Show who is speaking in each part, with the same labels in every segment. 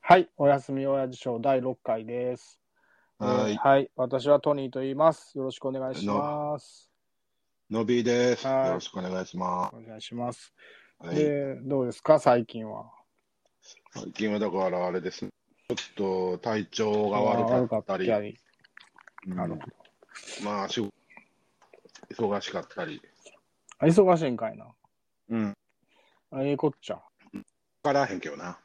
Speaker 1: はい、おやすみ親父ショー第6回です。
Speaker 2: は
Speaker 1: えー
Speaker 2: い、
Speaker 1: はい、私はトニーと言います。よろしくお願いします。
Speaker 2: のびーです。
Speaker 1: はい
Speaker 2: よろしくお願いしま
Speaker 1: お願いします。
Speaker 2: す。はい、
Speaker 1: で、どうですか、最近は。
Speaker 2: 最近はだからあれですね。ちょっと体調が
Speaker 1: あ
Speaker 2: 悪
Speaker 1: 悪
Speaker 2: か
Speaker 1: か
Speaker 2: っ
Speaker 1: ったた
Speaker 2: り、
Speaker 1: り。
Speaker 2: うん
Speaker 1: なるほ
Speaker 2: まあ仕事忙しかったり、
Speaker 1: あ忙しいんかいな。
Speaker 2: うん、
Speaker 1: あええこっちゃ。
Speaker 2: わからへんけどな。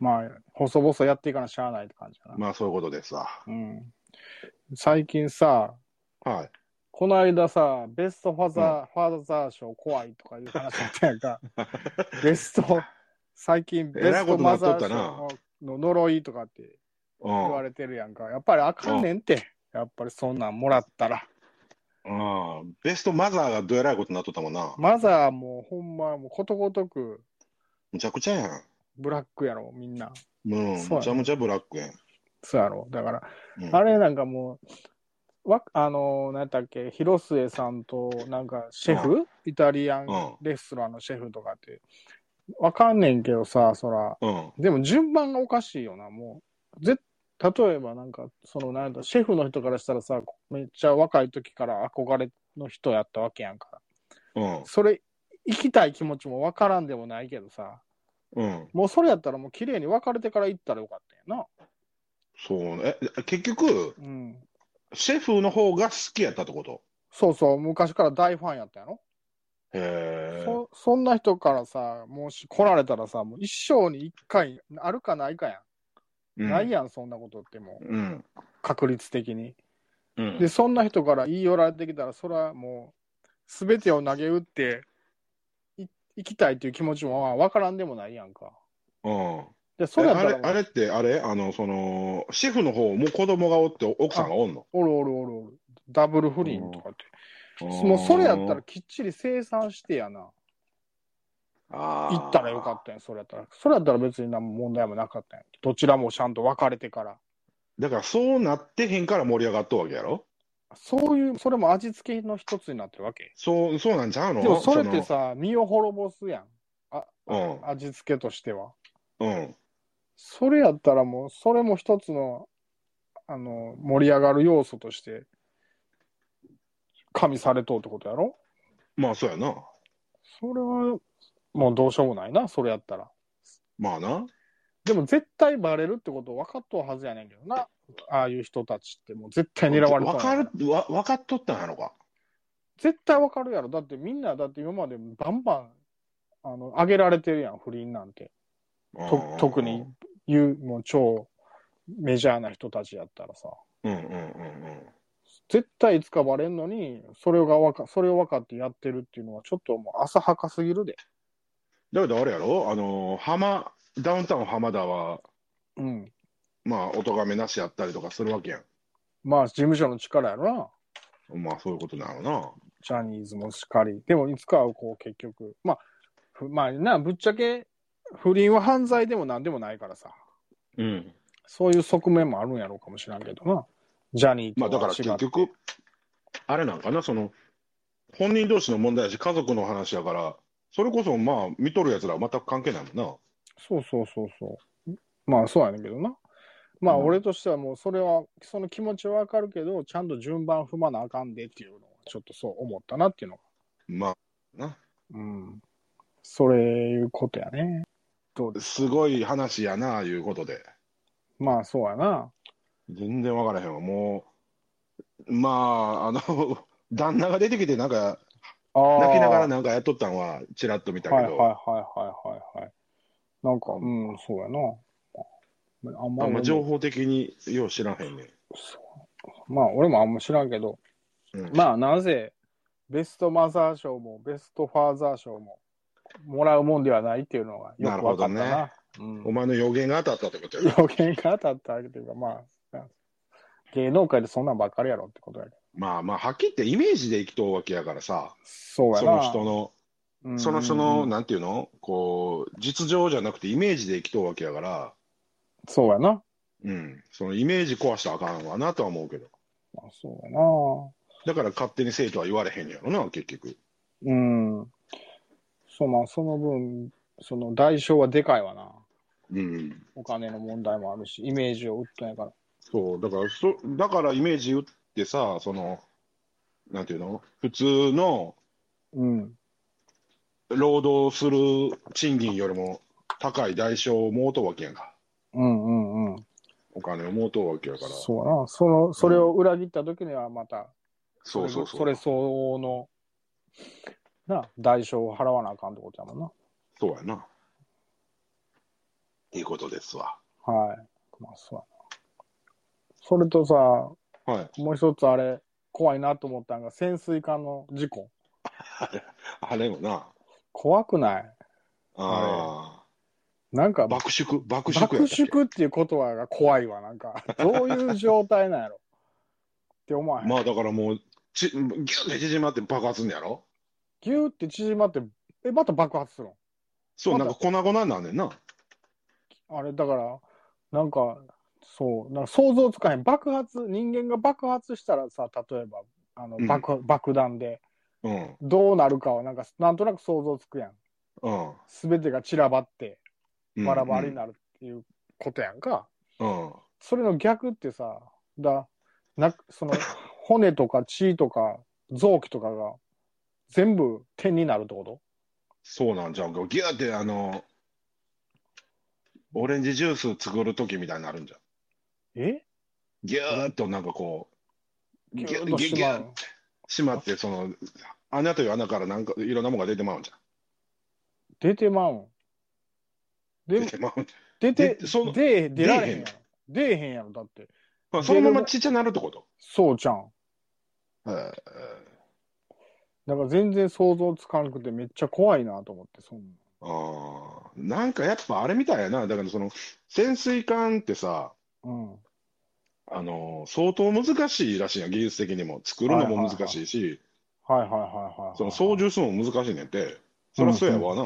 Speaker 1: まあ、細々やっていかなしゃあないって感じやな。
Speaker 2: まあそういうことですわ。
Speaker 1: うん。最近さ、
Speaker 2: はい。
Speaker 1: この間さ、ベストファザー、ファザー賞怖いとかいう話あったやん か。ベスト、最近ベ
Speaker 2: えら
Speaker 1: ス
Speaker 2: い
Speaker 1: ト
Speaker 2: ことな
Speaker 1: マ
Speaker 2: っと
Speaker 1: ザー
Speaker 2: った
Speaker 1: 賞
Speaker 2: な
Speaker 1: のの呪いとかって
Speaker 2: う
Speaker 1: 言わ
Speaker 2: ん。
Speaker 1: れてるやんか。やっぱりあかんねんって。やっぱりそんなんもらったら。
Speaker 2: うん、ベストマザーがどえらいことになっとったもんな。
Speaker 1: マザーもほんまもうことごとく
Speaker 2: むちゃくちゃやん。
Speaker 1: ブラックやろ、みんな。
Speaker 2: うん、
Speaker 1: そうや
Speaker 2: むちゃむちゃブラックやん。
Speaker 1: そうやろ。だから、
Speaker 2: うん、
Speaker 1: あれなんかもう、わあの、なんやったっけ、広末さんとなんかシェフイタリアン
Speaker 2: うん
Speaker 1: レストランのシェフとかって。わかんねんけどさ、そら。
Speaker 2: うん。
Speaker 1: でも順番がおかしいよな、もう。ぜ例えばなんか、そのなんだ、シェフの人からしたらさ、めっちゃ若い時から憧れの人やったわけやんか。
Speaker 2: うん。
Speaker 1: それ、行きたい気持ちもわからんでもないけどさ、
Speaker 2: うん。
Speaker 1: もうそれやったらもう綺麗に別れてから行ったらよかったんや
Speaker 2: そう。え、結局、
Speaker 1: な。うん。
Speaker 2: シェフの方が好きやったってこと
Speaker 1: そうそう、昔から大ファンやったやろ、
Speaker 2: へえ。
Speaker 1: そそんな人からさ、もし来られたらさ、もう一生に一回あるかないかやん。
Speaker 2: うん
Speaker 1: ないやん、そんなことってもう、
Speaker 2: うん。
Speaker 1: 確率的に。
Speaker 2: うん
Speaker 1: で、そんな人から言い寄られてきたら、それはもう、すべてを投げ打ってい、行きたいという気持ちもまあ分からんでもないやんか。
Speaker 2: うん。
Speaker 1: で、それやった
Speaker 2: えあ
Speaker 1: ら
Speaker 2: れ、あれって、あれあの、その、シェフの方も子供がおって、奥さんがおんの
Speaker 1: おるおるおるおる、ダブル不倫とかって。もうそれやったら、きっちり清算してやな。行
Speaker 2: 行
Speaker 1: ったらよかったやん、それやったら。それやったら別に何も問題もなかったやん。どちらもちゃんと別れてから。
Speaker 2: だから、そうなってへんから盛り上がったわけやろ
Speaker 1: そういう、それも味付けの一つになってるわけ。
Speaker 2: そう、そうなんちゃうの
Speaker 1: でもそれって、さ、身を滅ぼすやん。あ
Speaker 2: うん
Speaker 1: 味付けとしては。
Speaker 2: そのうん。
Speaker 1: それやったらもう、それも一つの、あの、盛り上がる要素として、加味されとうってことやろ
Speaker 2: まあ、そうやな。
Speaker 1: それは、もうどうしようもないな、それやったら。
Speaker 2: まあな。
Speaker 1: でも絶対バレるってこと分かっとうはずやねんけどな。ああいう人たちってもう絶対狙われと
Speaker 2: わ
Speaker 1: る
Speaker 2: かる、わ、分かっとったんやろか。
Speaker 1: 絶対分かるやろ。だってみんな、だって今までバンバン、あの、上げられてるやん、不倫なんて。と特に。言う、もう超メジャーな人たちやったらさ。
Speaker 2: うんうんうん
Speaker 1: 絶対いつかバレんのに、それがわか、それを分かってやってるっていうのは、ちょっともう浅はかすぎるで。
Speaker 2: うん。だけど、あれやろあの、浜、ダウンタウン浜田は、
Speaker 1: うん。
Speaker 2: まあ、お咎めなしやったりとかするわけや
Speaker 1: まあ、事務所の力やろな。
Speaker 2: ん。まあ、そういうことなのな。
Speaker 1: ジャニーズもしっかり。でも、いつかはこう、結局。まあ、ふまあ、な、ぶっちゃけ、不倫は犯罪でも何でもないからさ。
Speaker 2: うん。
Speaker 1: そういう側面もあるんやろうかもしれんけどな。ジャニーと
Speaker 2: ま
Speaker 1: は
Speaker 2: あだから
Speaker 1: 違って
Speaker 2: 結局、あれなんかな、その本人同士の問題やし、家族の話やから、それこそまあ、見とるやつらは全く関係ないも
Speaker 1: そうそうそうそう。まあ、そうやねんけどな。まあ、
Speaker 2: うん
Speaker 1: 俺としてはもう、それは、その気持ちはわかるけど、ちゃんと順番踏まなあかんでっていうのを、ちょっとそう思ったなっていうのが
Speaker 2: んな。まあ、な
Speaker 1: うん。それいうことやね。どうです
Speaker 2: すごい話やな、いうことで、
Speaker 1: まあそうやな。
Speaker 2: 全然分からへんわ、もう、まあ、あの、 旦那が出てきて、なんか、
Speaker 1: ああ
Speaker 2: 泣きながら
Speaker 1: な。
Speaker 2: なんかやっとったんは、ちらっと見たけ
Speaker 1: はいはい
Speaker 2: ど、
Speaker 1: はいはいはいはい。なんか、うん、そうやな。あんま
Speaker 2: あんま情
Speaker 1: 報。
Speaker 2: 報的によう知らへんねん。
Speaker 1: そうまあ俺もあんま知らんけど、
Speaker 2: うん
Speaker 1: まあなぜ、ベストマザー賞もベストファーザー賞ももらうもんではないっていうのがよくわかったな。
Speaker 2: な
Speaker 1: うん
Speaker 2: お前の予言が当たったってことやな
Speaker 1: 予言が当たったわけというか、まあ、芸能界でそんなんばっかりやろってことやけど。
Speaker 2: まあまあ、はっきり言ってイメージで生きとうわけやからさ、
Speaker 1: そうや
Speaker 2: その
Speaker 1: な。
Speaker 2: 人の。
Speaker 1: うん
Speaker 2: その人の、なんていうのこう、実情じゃなくてイメージで生きとうわけやから、
Speaker 1: そうやな。
Speaker 2: うん、そのイメージ壊したらあかんわなとは思うけど。
Speaker 1: まあ、そうやな。
Speaker 2: だから勝手に生徒は言われへんやろな、結局。
Speaker 1: うん。そう、まあ、その分、その代償はでかいわな。
Speaker 2: うん。
Speaker 1: お金の問題もあるし、イメージを売ったんやから。
Speaker 2: そう、だから、そだからイメージ打ってさ、その、なんていうの普通の
Speaker 1: うん。
Speaker 2: 労働する賃金よりも高い代償をもうとうわけやんか。
Speaker 1: うんうんうん。
Speaker 2: お金をもうとうわけやから。
Speaker 1: そうやな。その、それを裏切った時にはまた、
Speaker 2: そうそうそう。
Speaker 1: それ相応の、な、代償を払わなあかんってことやもんな。
Speaker 2: そうやな。いいことですわ。
Speaker 1: はい。まあ、そうやな。それとさ、も
Speaker 2: はい。
Speaker 1: う一つあれ、怖いなと思ったのが、潜水艦の事故。
Speaker 2: あれもな。
Speaker 1: 怖くない
Speaker 2: あ
Speaker 1: なんか
Speaker 2: あ。、爆縮、爆縮や
Speaker 1: 爆
Speaker 2: ったっけ
Speaker 1: 縮っていう言葉が怖いわ、なん か。どういう状態なんやろって思わへん。
Speaker 2: まあだからもう、ちギュッて縮まって爆発すんのやろ
Speaker 1: ギューって縮まって、え、また爆発するの
Speaker 2: そう、
Speaker 1: ま
Speaker 2: な
Speaker 1: だ
Speaker 2: んか粉々になんねんな。
Speaker 1: あれ、だから、なんか、そう、なんか想像つかへん。爆発、人間が爆発したらさ、例えば、あの
Speaker 2: うん
Speaker 1: 爆,、爆弾で、
Speaker 2: うん。
Speaker 1: どうなるかはなんか、なんとなく想像つくやん。
Speaker 2: うん。
Speaker 1: すべてが散らばって、
Speaker 2: うん
Speaker 1: バラバラになるっていうことやんか。
Speaker 2: うん。
Speaker 1: それの逆ってさ、だ、な、その、骨とか血とか臓器とかが全部点になるってこと
Speaker 2: そうなんじゃん。ギューってあの、オレンジジュース作るときみたいになるんじゃん。
Speaker 1: え
Speaker 2: ギューっとなんかこう、ギ
Speaker 1: ギュ
Speaker 2: ュッ
Speaker 1: ッと
Speaker 2: ギュッ
Speaker 1: し
Speaker 2: ギ
Speaker 1: ま
Speaker 2: ュ
Speaker 1: う
Speaker 2: ッ。閉まって、その、穴という穴からなんかいろんなものが出てまうんじゃん。
Speaker 1: 出てまうん。
Speaker 2: 出
Speaker 1: で、
Speaker 2: てまうんじ
Speaker 1: 出て
Speaker 2: でその、
Speaker 1: 出え、出られへんやろ。出えへんやろ、だって。
Speaker 2: ゃんまあそのままちっちゃなるってこと
Speaker 1: そうじゃん。
Speaker 2: へー
Speaker 1: だから全然想像つかなくてめっちゃ怖いなと思って、そん
Speaker 2: あーなんかやっぱあれみたいやな。だからその、潜水艦ってさ、
Speaker 1: なん。
Speaker 2: あの相当難しいらしいやん、技術的にも。作るのも難しいし、
Speaker 1: うん。はいはいはいはい。
Speaker 2: その操縦するのも難しいねんて。そりゃそうやわな。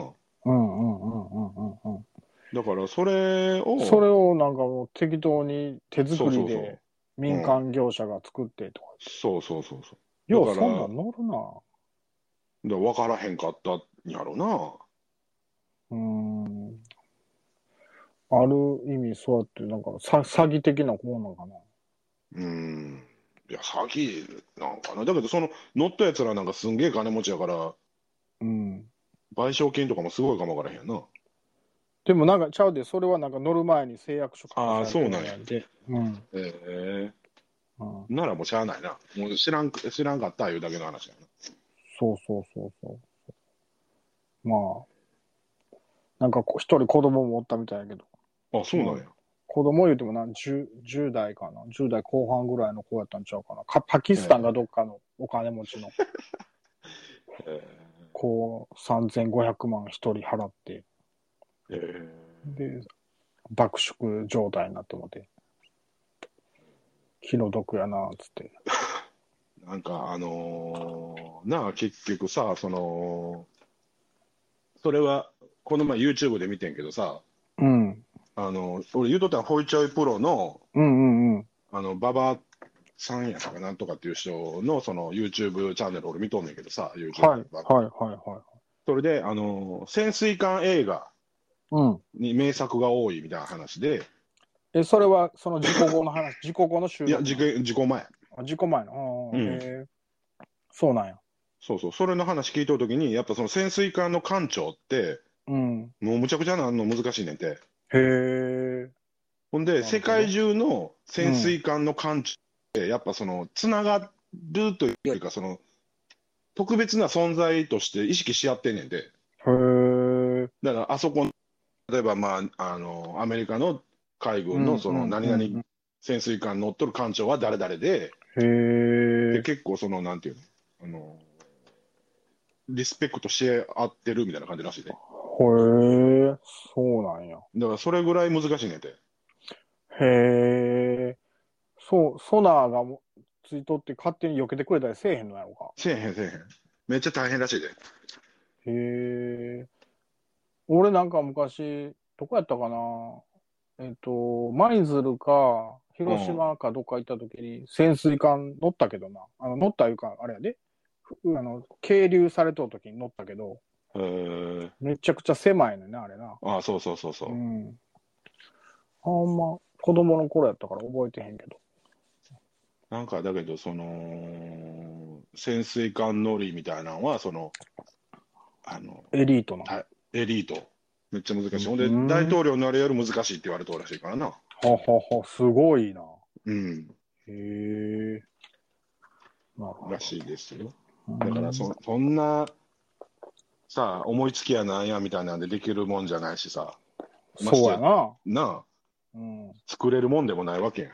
Speaker 1: うんうんうんうんうんうん。
Speaker 2: だからそれを、
Speaker 1: それをなんかもう適当に手作り
Speaker 2: そうそうそう
Speaker 1: で民間業者が作ってとか。
Speaker 2: そうそうそうそう。
Speaker 1: よ
Speaker 2: だ
Speaker 1: う
Speaker 2: か
Speaker 1: そ
Speaker 2: ら
Speaker 1: んなん乗るな。
Speaker 2: だから分からへんかったんやろな。
Speaker 1: うーん。ある意味、そうやって、なんか、さ詐欺的なもんなのかな。
Speaker 2: うん。いや、詐欺なんかな。だけど、その乗ったやつらなんかすんげえ金持ちやから、
Speaker 1: うん。
Speaker 2: 賠償金とかもすごいかもわからへんやな。
Speaker 1: でもなんか、ちゃうで、それはなんか乗る前に誓約書
Speaker 2: ああ、そうなんや。
Speaker 1: うん。
Speaker 2: ええ
Speaker 1: うん。
Speaker 2: ならもうしゃあないな。もう知らん、知らんかったいうだけの話やな。
Speaker 1: そうそうそうそう。まあ、なんかこ、一人子供もおったみたいやけど、
Speaker 2: あ、そうなんや。
Speaker 1: 子供言うてもなん10、10代かな。10代後半ぐらいの子やったんちゃうかな。かパキスタンがどっかのお金持ちの
Speaker 2: え
Speaker 1: 子、3500万一人払って。
Speaker 2: ええ
Speaker 1: で、爆縮状態になってもて、気の毒やな、つって。
Speaker 2: えなんか、あのーなあ、結局さ、その、それは、この前 YouTube で見てんけどさ、
Speaker 1: うん。
Speaker 2: あの、俺言うとったのはホイチョイプロの、
Speaker 1: うんうんうん。
Speaker 2: あの、馬場さんやったかなんとかっていう人の、その YouTube チャンネル俺見とんねんけどさ、YouTube
Speaker 1: はい、
Speaker 2: 馬場
Speaker 1: はい、はい、はい。
Speaker 2: それで、あの、潜水艦映画
Speaker 1: うん。
Speaker 2: に名作が多いみたいな話で、
Speaker 1: え、それは、その事故後の 話、事故後の収
Speaker 2: いや、
Speaker 1: 録。
Speaker 2: 事故、事故前。
Speaker 1: あ事故前の。うん。
Speaker 2: うん
Speaker 1: へえそうなんや。
Speaker 2: そうそう、それの話聞いとるときに、やっぱその潜水艦の艦長って、
Speaker 1: うん。
Speaker 2: もうむちゃくちゃなんの難しいねんて。
Speaker 1: へえ。
Speaker 2: ほん
Speaker 1: る
Speaker 2: で、
Speaker 1: ほど
Speaker 2: 世界中の潜水艦の艦長って、やっぱその、つながるというよりか、その、特別な存在として意識し合ってんねんて。
Speaker 1: へえ。
Speaker 2: だから、あそこの、例えば、まあ、あの、アメリカの海軍の、その、
Speaker 1: うんうんうん
Speaker 2: 何々潜水艦乗っとる艦長は誰々で、
Speaker 1: へ
Speaker 2: で、
Speaker 1: え。
Speaker 2: 結構、その、なんていうの、あの、リスペクトし合ってるみたいな感じらしいね。
Speaker 1: へえ。そうなんや。
Speaker 2: だから、それぐらい難しいねんて。
Speaker 1: へえ。そう、ソナーがもついとって勝手に避けてくれたりせえへんのやろか。
Speaker 2: せえへん、せえへん。めっちゃ大変らしいで。
Speaker 1: へえ。俺なんか昔、どこやったかな。えっと、舞鶴か、広島かどっか行った時に潜水艦乗ったけどな。あの乗ったいうか、あれやで。ふあの、係留されとる時に乗ったけど、
Speaker 2: へえ。
Speaker 1: めちゃくちゃ狭いのね、あれな。
Speaker 2: ああ、そうそうそうそうう。
Speaker 1: ん。あんま子供の頃やったから覚えてへんけど。
Speaker 2: なんかだけど、その、潜水艦乗りみたいなのは、その、あの、
Speaker 1: エリートな。
Speaker 2: はいエリート。めっちゃ難しい。ほんで、
Speaker 1: うん
Speaker 2: 大統領になれより難しいって言われたらしいからな。
Speaker 1: ははは、すごいな。
Speaker 2: うん。
Speaker 1: へえ。なるほ
Speaker 2: らしいですよ。
Speaker 1: ど。
Speaker 2: だからそ、そんな、さあ、思いつきやなんやみたいなんでできるもんじゃないしさ、
Speaker 1: そうやな。
Speaker 2: なあ、
Speaker 1: うん。
Speaker 2: 作れるもんでもないわけや。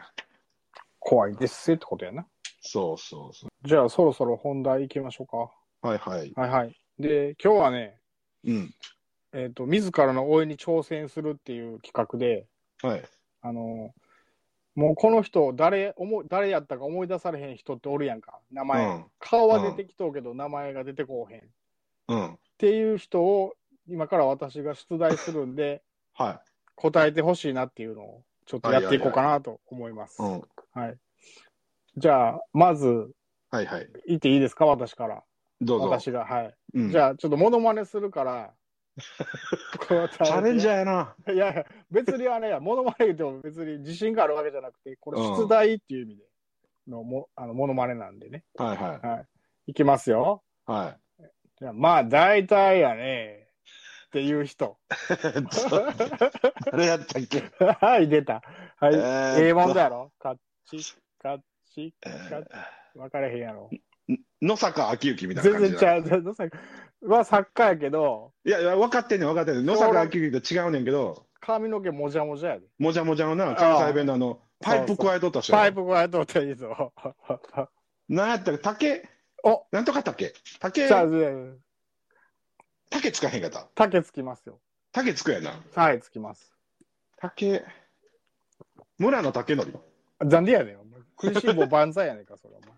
Speaker 1: 怖いですってことやな。
Speaker 2: そうそうそ
Speaker 1: じゃあ、そろそろ本題行きましょう
Speaker 2: う。はいはい。
Speaker 1: か。はいはい。で、今日はね、
Speaker 2: うん。
Speaker 1: えっ、と、自らの応援に挑戦するっていう企画で、
Speaker 2: はい。
Speaker 1: あの、もうこの人、誰、思い誰やったか思い出されへん人っておるやんか。名前。顔は出てきとうけど、名前が出てこうへん。っ
Speaker 2: うん。うん。
Speaker 1: ていう人を、今から私が出題するんで、
Speaker 2: は
Speaker 1: 答えてほしいなっていうのを、ちょっとやっていこうかなと思います。
Speaker 2: い。うん。
Speaker 1: はい。じゃあ、まず、
Speaker 2: はいはい。
Speaker 1: 言っていいですか私から。
Speaker 2: どうぞ。
Speaker 1: 私が。はい。
Speaker 2: うん、
Speaker 1: じゃあ、ちょっとモノマネする から。チ
Speaker 2: チャ
Speaker 1: ャ
Speaker 2: レンジャーやな。
Speaker 1: いやいや、別にあれや、モノマネ言っても別に自信があるわけじゃなくて、これ
Speaker 2: うん
Speaker 1: 出題っていう意味でのも、あの、モノマネなんでね。
Speaker 2: はいはい。
Speaker 1: いきますよ。
Speaker 2: は
Speaker 1: じゃあまあ、大体やね。っていう人。
Speaker 2: い。あれやったっけ
Speaker 1: はい、出た。はい。ええ
Speaker 2: え
Speaker 1: もんだ
Speaker 2: だ。
Speaker 1: やろカッチ、カッチ、
Speaker 2: え
Speaker 1: 分かれへんやろ。
Speaker 2: ー野坂昭之みたいな
Speaker 1: 全
Speaker 2: 感じ
Speaker 1: 然
Speaker 2: だ
Speaker 1: ちゃう。野坂はサッカーやけど、
Speaker 2: いやいや、分かってんねん、分かってんねん。野坂昭之と違うねんけど、
Speaker 1: 髪の毛もじゃもじゃやで。
Speaker 2: もじゃもじゃのな、関西弁のあの、パイプ加えとったし。
Speaker 1: パイプ加えとったらいいぞ。
Speaker 2: なんやったら竹、
Speaker 1: お
Speaker 2: なんとか竹、竹
Speaker 1: じ、ゃあ、じゃあ
Speaker 2: 竹つかへんかった。
Speaker 1: 竹つきますよ。
Speaker 2: 竹つくやな。
Speaker 1: はい、つきます。
Speaker 2: 竹、村の竹のり。
Speaker 1: 残念やねん。お前食いしん坊万歳やねんか、それ。お前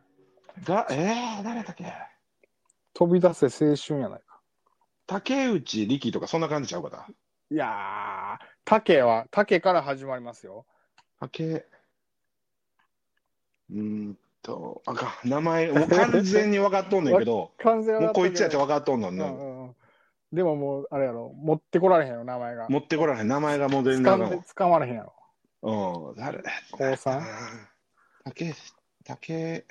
Speaker 2: だえー、誰だっけ
Speaker 1: 飛び出せ青春やないか。
Speaker 2: 竹内力とかそんな感じちゃうかな。
Speaker 1: いやー、竹は、竹から始まりますよ。
Speaker 2: 竹、うーんと、あかん、名前、もう完全 に分かっとんねんけど、
Speaker 1: 完全
Speaker 2: もうこいつやって
Speaker 1: わ
Speaker 2: 分かっとんのに、
Speaker 1: うんうんうん。でももう、あれやろ、持ってこられへんよ、名前が。
Speaker 2: 持ってこられへん、名前がもう全
Speaker 1: つ
Speaker 2: 然
Speaker 1: か
Speaker 2: あかんわ
Speaker 1: つかまれへんやろ。
Speaker 2: うん、誰
Speaker 1: 高三
Speaker 2: 竹、竹、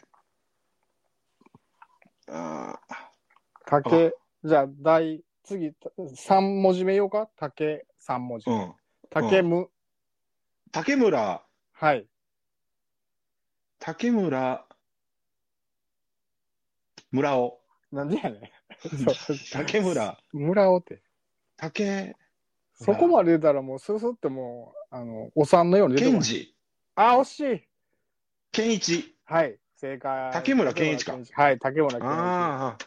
Speaker 2: あー
Speaker 1: 竹、じゃあ、第、次、3文字目言おうか竹、3文字
Speaker 2: う。ん。
Speaker 1: 竹む、
Speaker 2: 竹村、
Speaker 1: はい。
Speaker 2: 竹村、村尾、
Speaker 1: なんでやね ん。そう
Speaker 2: 竹村、
Speaker 1: 村尾って。
Speaker 2: 竹、
Speaker 1: そこまで出たらもう、すすってもう、あの、お産のように出てこ
Speaker 2: 健
Speaker 1: ない。
Speaker 2: 二、
Speaker 1: あ、惜しい。
Speaker 2: 健一。
Speaker 1: はい、正解。
Speaker 2: 竹村健一か
Speaker 1: 竹村健はい、竹村健一。
Speaker 2: あ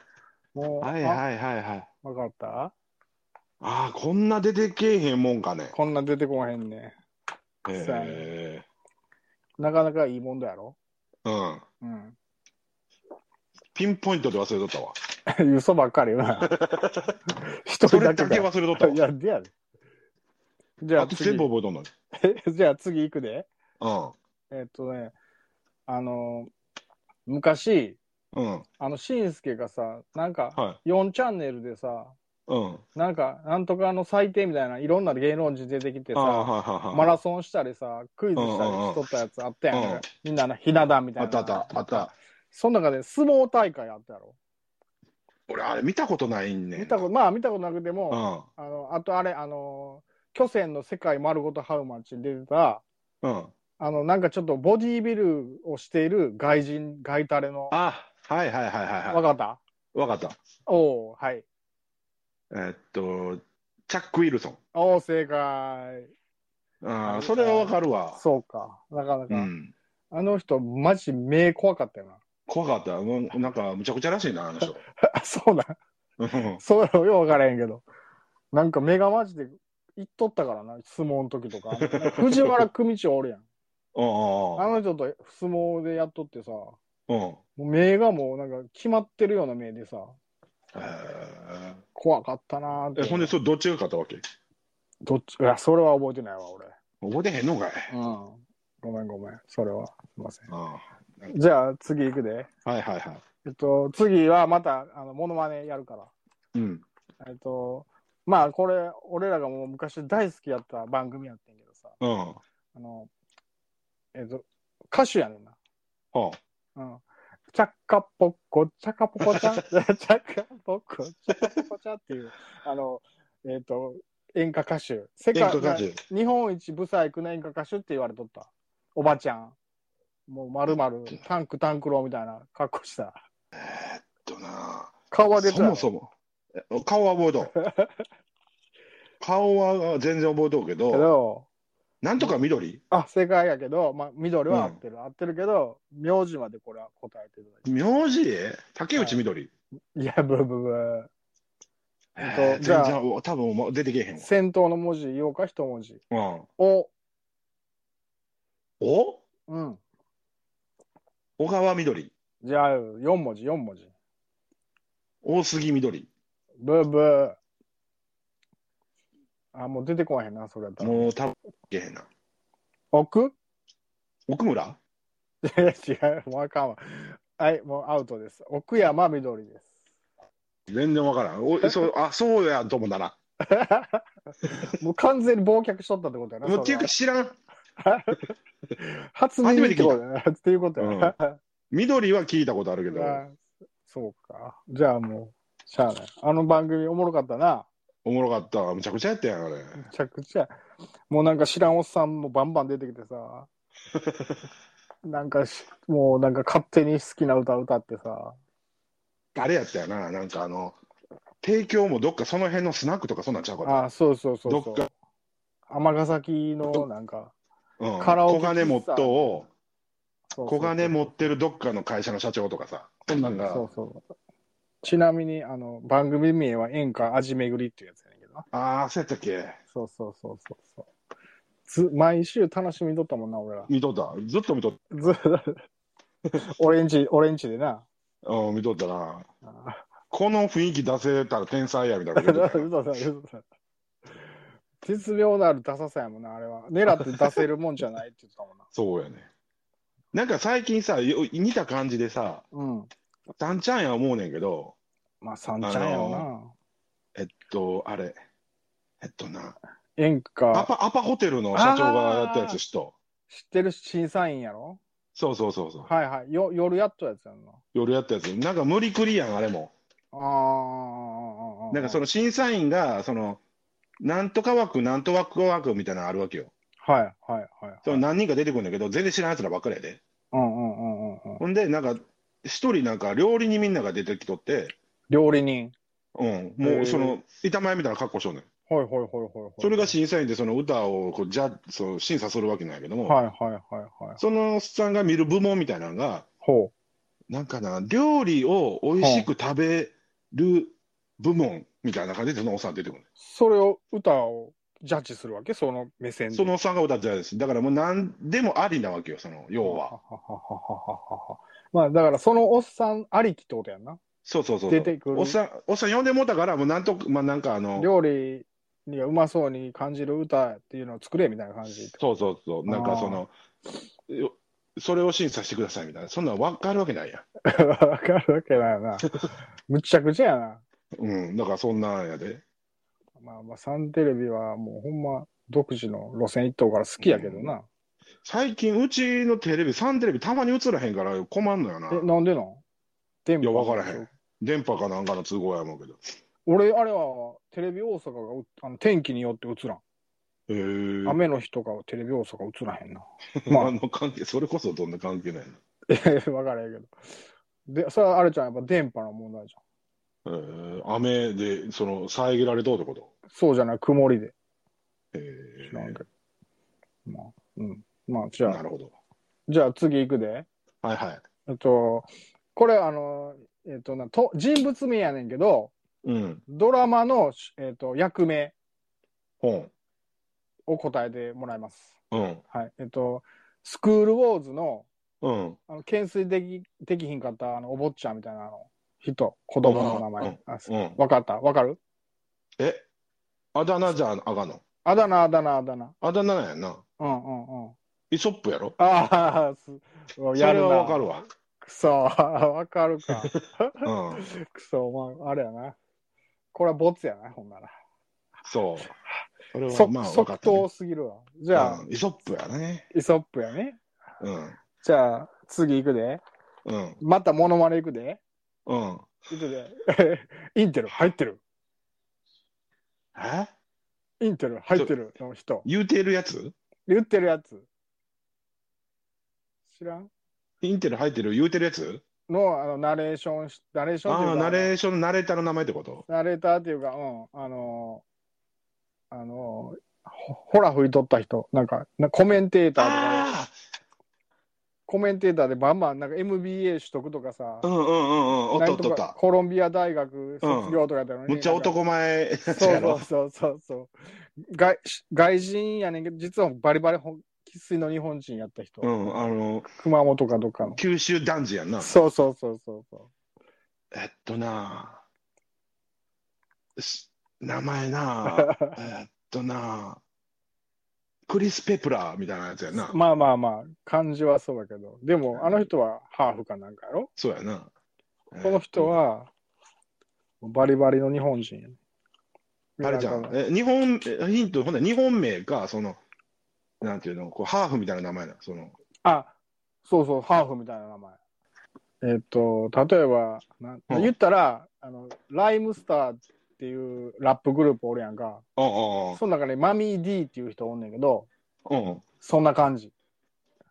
Speaker 1: も
Speaker 2: あ、
Speaker 1: う、
Speaker 2: はいはいはいはい。
Speaker 1: あわかった
Speaker 2: ああ、こんな出てけえへんもんかね。
Speaker 1: こんなん出てこへんね。
Speaker 2: え
Speaker 1: なかなかいいもんだやろ。
Speaker 2: えうん。
Speaker 1: うん。
Speaker 2: ピンポイントで忘れとったわ。
Speaker 1: 嘘ばっかり言う な。一
Speaker 2: そ
Speaker 1: 人
Speaker 2: れ
Speaker 1: だ
Speaker 2: だ
Speaker 1: け
Speaker 2: け
Speaker 1: だ。
Speaker 2: 忘れとった
Speaker 1: い
Speaker 2: わ。
Speaker 1: や、でやで。じゃ
Speaker 2: あ
Speaker 1: あ
Speaker 2: と
Speaker 1: 次
Speaker 2: 全部、覚えとんの に。
Speaker 1: じゃあ次行くで。えっとね、あの、昔、
Speaker 2: うん。うん。
Speaker 1: あの、しんすけがさ、なんか、
Speaker 2: はい。
Speaker 1: 4チャンネルでさ、
Speaker 2: うん。
Speaker 1: なんか、なんとかの最低みたいな、いろんな芸能人出てきて
Speaker 2: ああ、
Speaker 1: さ、
Speaker 2: はいはいはい。
Speaker 1: マラソンしたりさ、クイズしたりしとったやつあったやん
Speaker 2: うんうんうん
Speaker 1: みんなのひな壇みたい
Speaker 2: あ
Speaker 1: な。
Speaker 2: ったあった、あった。
Speaker 1: その中で相撲大会あったやろ。
Speaker 2: 俺、あれ見たことないんねん。
Speaker 1: 見たこと、まあ見たことなくても、
Speaker 2: う
Speaker 1: あの、あとあれ、あの、巨泉の世界丸ごとハウマッチに出てた、
Speaker 2: ん。うん。
Speaker 1: あの、なんかちょっとボディービルをしている外人、外タレの、
Speaker 2: あ、はいはいはいはい
Speaker 1: わ
Speaker 2: は
Speaker 1: かった
Speaker 2: い。わかった。
Speaker 1: おおはい。
Speaker 2: えーっと、チャック・ウィルソン。
Speaker 1: おお正解。
Speaker 2: あ
Speaker 1: あ
Speaker 2: あ、それはわかるわ。
Speaker 1: そうか。なかなか。
Speaker 2: うん。
Speaker 1: あの人、マジ目怖かったよな。
Speaker 2: 怖かった。もうなんか、むちゃくちゃらしいな、あの人。
Speaker 1: あそうなん。
Speaker 2: うん
Speaker 1: そうやろ、よう分からへんけど。なんか目がマジで、いっとったからな、相撲の時とか。藤原組長おるやん。
Speaker 2: うん
Speaker 1: あの人と相撲でやっとってさ、も
Speaker 2: うんうん。
Speaker 1: う目がもうなんか決まってるような目でさ、
Speaker 2: へー
Speaker 1: 怖かったなーって。
Speaker 2: え、ほんで、それどっちが勝ったわけ
Speaker 1: どっち、いや、それは覚えてないわ、俺。
Speaker 2: 覚えてへんのかい。
Speaker 1: うん。ごめんごめん。それは。すいません。
Speaker 2: あ
Speaker 1: じゃあ、次行くで。
Speaker 2: あはいはいはい。
Speaker 1: えっと、次はまた、あの、モノマネやるから。
Speaker 2: うん。
Speaker 1: えっと、まあ、これ、俺らがもう昔大好きやった番組やってんけどさ、
Speaker 2: うん。
Speaker 1: あの、えっ、と、歌手やねんな。
Speaker 2: はあ、
Speaker 1: うん。チャカポコ、チャカポコちゃ ん、チャカポコ、チャカポコちゃんっていう、あの、えっ、と、演歌歌手。世
Speaker 2: 演歌歌手。
Speaker 1: 日本一ブサイクな演歌歌手って言われとった。おばちゃん。もう丸々、タンクタンクローみたいな格好した。
Speaker 2: とな
Speaker 1: 顔は出て
Speaker 2: そ
Speaker 1: た
Speaker 2: もそもえ顔は覚えとう顔 は全然覚えとうけ
Speaker 1: け
Speaker 2: ど
Speaker 1: ど、
Speaker 2: なんとか緑
Speaker 1: あ、正解やけど、まあ、緑は合ってる、合ってるけど、名字までこれは答えていただい
Speaker 2: 名字竹内緑、
Speaker 1: て。いや、ブブブ
Speaker 2: え
Speaker 1: えっと
Speaker 2: ー全
Speaker 1: じゃあ
Speaker 2: 然お多分もう出てけえへん
Speaker 1: 先頭の文字、言おうか一文字。
Speaker 2: わ、うん、
Speaker 1: お、
Speaker 2: お
Speaker 1: うん。
Speaker 2: 小川緑
Speaker 1: じゃあ、四文字、四文字。
Speaker 2: 大杉緑
Speaker 1: ブーブー。あ、もう出てこわへんな、それやったら。
Speaker 2: もう多分出てけえへんな
Speaker 1: 奥
Speaker 2: 奥村
Speaker 1: いや違う、もうあかんわ。はい、もうアウトです。奥山緑です。
Speaker 2: 全然わからん おそうあそうやと思ったな
Speaker 1: もう完全に忘却しとったってことやな。
Speaker 2: もうって
Speaker 1: そ
Speaker 2: いうか
Speaker 1: れ
Speaker 2: 知らん
Speaker 1: は初耳ってことやな。っていうことやな。
Speaker 2: 緑は聞いたことあるけ ど
Speaker 1: あそうか。じゃあもう、しゃあない。あの番組おもろかったな。
Speaker 2: おもろかったわむちゃくちゃやったやんあれ
Speaker 1: めちゃくちゃ。もうなんか知らんおっさんもバンバン出てきてさ。なんかし、もうなんか勝手に好きな歌歌ってさ。
Speaker 2: あれやったよななんかあの提供もどっかその辺のスナックとかそんなんちゃうかった
Speaker 1: あそうそうそうそ
Speaker 2: ど
Speaker 1: う
Speaker 2: っか。
Speaker 1: 尼崎のなんか、
Speaker 2: うん
Speaker 1: カラオケ
Speaker 2: 小金持っとを
Speaker 1: そうそう
Speaker 2: 小金持ってるどっかの会社の社長とかさそんなんが
Speaker 1: そうそう。ちなみに、あの、番組名は演歌味巡りっていうやつやねんけどな。
Speaker 2: ああそうやったっけ
Speaker 1: そうそうそうそうそう。ず毎週楽しみにとったもんな、俺ら。
Speaker 2: 見とったずっと見とっ
Speaker 1: ず 俺んち、俺んちでな。
Speaker 2: た、うん、見とったな
Speaker 1: あ
Speaker 2: この雰囲気出せたら天才やみたいな
Speaker 1: ー
Speaker 2: こと言
Speaker 1: 嘘
Speaker 2: う てた
Speaker 1: だ、
Speaker 2: よ
Speaker 1: 嘘だ。絶妙なるダサさやもんな、あれは。狙って出せるもんじゃないって言ってたもんな。
Speaker 2: そうやねなんか最近さよ似た感じでさ
Speaker 1: うん。
Speaker 2: たんちゃんや思うねんけど
Speaker 1: まあ、三ちゃんやろな。
Speaker 2: あえっとあれえっとな
Speaker 1: 演
Speaker 2: ア
Speaker 1: 歌、
Speaker 2: パアパホテルの社長がやったやつ知っと
Speaker 1: 知ってる審査員やろ
Speaker 2: そうそうそうそう、
Speaker 1: はいはい。よ夜やっとやつやんな。
Speaker 2: 夜やったやつなんか無理くりやんあれも
Speaker 1: あーあ。
Speaker 2: なんかそ
Speaker 1: の、
Speaker 2: の審査員がそのなんとか枠なんとか枠みたいなのあるわけよ
Speaker 1: はいはいはいはい。
Speaker 2: その何人か出てくるんだけど、全然知らんやつらばっかりやで。
Speaker 1: うんうんうんうんうん。
Speaker 2: ほんで、なんか、一人なんか料理人みんなが出てきとって、
Speaker 1: 料理人。
Speaker 2: うん、
Speaker 1: へ
Speaker 2: も
Speaker 1: ー
Speaker 2: うその、板前みたいな格好しようねん。
Speaker 1: はいはいはいはいはい。
Speaker 2: それが審査員で、その歌をこうジャその審査するわけなんやけども、
Speaker 1: はいはいはいはい。
Speaker 2: そのおっさんが見る部門みたいなのが、
Speaker 1: ほ
Speaker 2: なんかな、料理を美味しく食べる部門みたいな感じで、そのおっさん出てくるね
Speaker 1: う。それを、歌をジャッジするわけその目線
Speaker 2: ん。
Speaker 1: で。
Speaker 2: そのおっさんが歌ってたやつ。だからもう何でもありなわけよ、その、要は。。
Speaker 1: まあだからそのおっさんありきってことやんな。
Speaker 2: そうそうそうそ
Speaker 1: 出
Speaker 2: う。
Speaker 1: てくる
Speaker 2: おっさん、おっさん呼んでもうたから、もうなんと、まあなんかあの、
Speaker 1: 料理がうまそうに感じる歌っていうのを作れみたいな感じ。
Speaker 2: そうそうそう、なん
Speaker 1: あ
Speaker 2: か
Speaker 1: ー
Speaker 2: その、よそれを審査してくださいみたいな、そんなん分かるわけないやん。
Speaker 1: わかるわけないな。むちゃくちゃやな。
Speaker 2: うん、だからそんなんやで。
Speaker 1: まあまあサンテレビはもうほんま独自の路線一頭から好きやけどな。
Speaker 2: 最近、うちのテレビ、サンテレビ、たまに映らへんから困んのよな。
Speaker 1: え、なんでなん電
Speaker 2: いや、分からへん。電波かなんかの都合や思うけど。
Speaker 1: 俺、あれはテレビ大阪がうあの天気によって映らん。
Speaker 2: へー
Speaker 1: 雨の日とかはテレビ大阪映らへんな。 まあ
Speaker 2: 何の関係、それこそどんな関係ない
Speaker 1: えへへわからへんけど。で、それはあれちゃん、やっぱ電波の問題じ
Speaker 2: の。へー雨で、その、遮られとうってこと。
Speaker 1: ゃん。そうじゃない、曇りで。
Speaker 2: へ
Speaker 1: 知らん
Speaker 2: ー
Speaker 1: けど。まあ、うん。まあ、じゃ
Speaker 2: な
Speaker 1: あ、
Speaker 2: るほど。
Speaker 1: じゃあ次行くで。
Speaker 2: はいはい。
Speaker 1: えっと、これ、あの、えっとなと、人物名やねんけど、
Speaker 2: うん、
Speaker 1: ドラマの、えっと、役名
Speaker 2: 本。
Speaker 1: を答えてもらいます。
Speaker 2: うん、
Speaker 1: はい。えっと、スクールウォーズの、
Speaker 2: うん。
Speaker 1: あの、懸垂でき、できひんかった、あの、お坊ちゃんみたいな、あの、人、子供の名前。あ
Speaker 2: うん、
Speaker 1: わかったわかる
Speaker 2: えあだ名じゃあかんの
Speaker 1: あだ名、あだ名、あだ名。
Speaker 2: あだ名なんやんな。
Speaker 1: うんうんうん。
Speaker 2: イソップやろ
Speaker 1: ああ、す、
Speaker 2: そ
Speaker 1: やる
Speaker 2: れ
Speaker 1: な。
Speaker 2: はわかるわ。
Speaker 1: くそ、 わかるか。
Speaker 2: うん。
Speaker 1: くそ、まあ、あれやな。これはボツやな、ほんなら。
Speaker 2: そそれは
Speaker 1: そ
Speaker 2: まあ分
Speaker 1: 即
Speaker 2: かったね、
Speaker 1: 答すぎるわ。じゃあ、
Speaker 2: うんイソップやね。
Speaker 1: イソップやね。
Speaker 2: うん。
Speaker 1: じゃあ、次行くで。
Speaker 2: うん。
Speaker 1: またモノマネ行くで。
Speaker 2: うん。
Speaker 1: 行くで。 インテル入ってる。
Speaker 2: え
Speaker 1: インテル入ってるの人。
Speaker 2: 言うてるやつ
Speaker 1: 言ってるやつ。知らん
Speaker 2: インテル入ってる言うてるやつ
Speaker 1: の、あの、ナレーションし、ナレーションって
Speaker 2: ああ、
Speaker 1: いうか、
Speaker 2: ナレーションのナレーターの名前ってこと
Speaker 1: ナレーターっていうか、うん、あのーあのーほほら吹いとった人、なんか、なコメンテーターとかで、
Speaker 2: あ
Speaker 1: コメンテーターでバンバン、なんか MBA 取得とかさ
Speaker 2: あ、う、んうんうんうん、おっ
Speaker 1: な
Speaker 2: と
Speaker 1: ん
Speaker 2: っと
Speaker 1: と
Speaker 2: っ
Speaker 1: か
Speaker 2: た。
Speaker 1: コロンビア大学卒業とかやったのに、
Speaker 2: むっちゃ男前や
Speaker 1: なん
Speaker 2: つ
Speaker 1: かそ
Speaker 2: やろ
Speaker 1: う。そうそうそうそう外。外人やねんけど、実はバリバリほん生粋の日本人やった人、
Speaker 2: うん、あの、
Speaker 1: 熊本かどっかの。
Speaker 2: 九州男児やんな。
Speaker 1: そうそうそうそうそう。
Speaker 2: えっとなし名 前なえっとなクリス・ペプラーみたいなやつやな。
Speaker 1: まあまあまあ、感じはそうだけど、でも、あの人はハーフかなんかやろ
Speaker 2: そうやな。
Speaker 1: この人は、バリバリの日本人やね。
Speaker 2: あれじゃ
Speaker 1: なん
Speaker 2: ん。
Speaker 1: か
Speaker 2: え、日本、えヒント、ほんで日本名か、その、なんていうの、こう、ハーフみたいな名前だ。その、
Speaker 1: あ、そうそう、ハーフみたいな名前。えっと、例えば、なん
Speaker 2: うん
Speaker 1: 言ったら、あの、ライムスターっていうラップグループおるやんか。
Speaker 2: うん
Speaker 1: その中にマミー D っていう人おんねんけど、
Speaker 2: うんうん。うん。
Speaker 1: そんな感じ。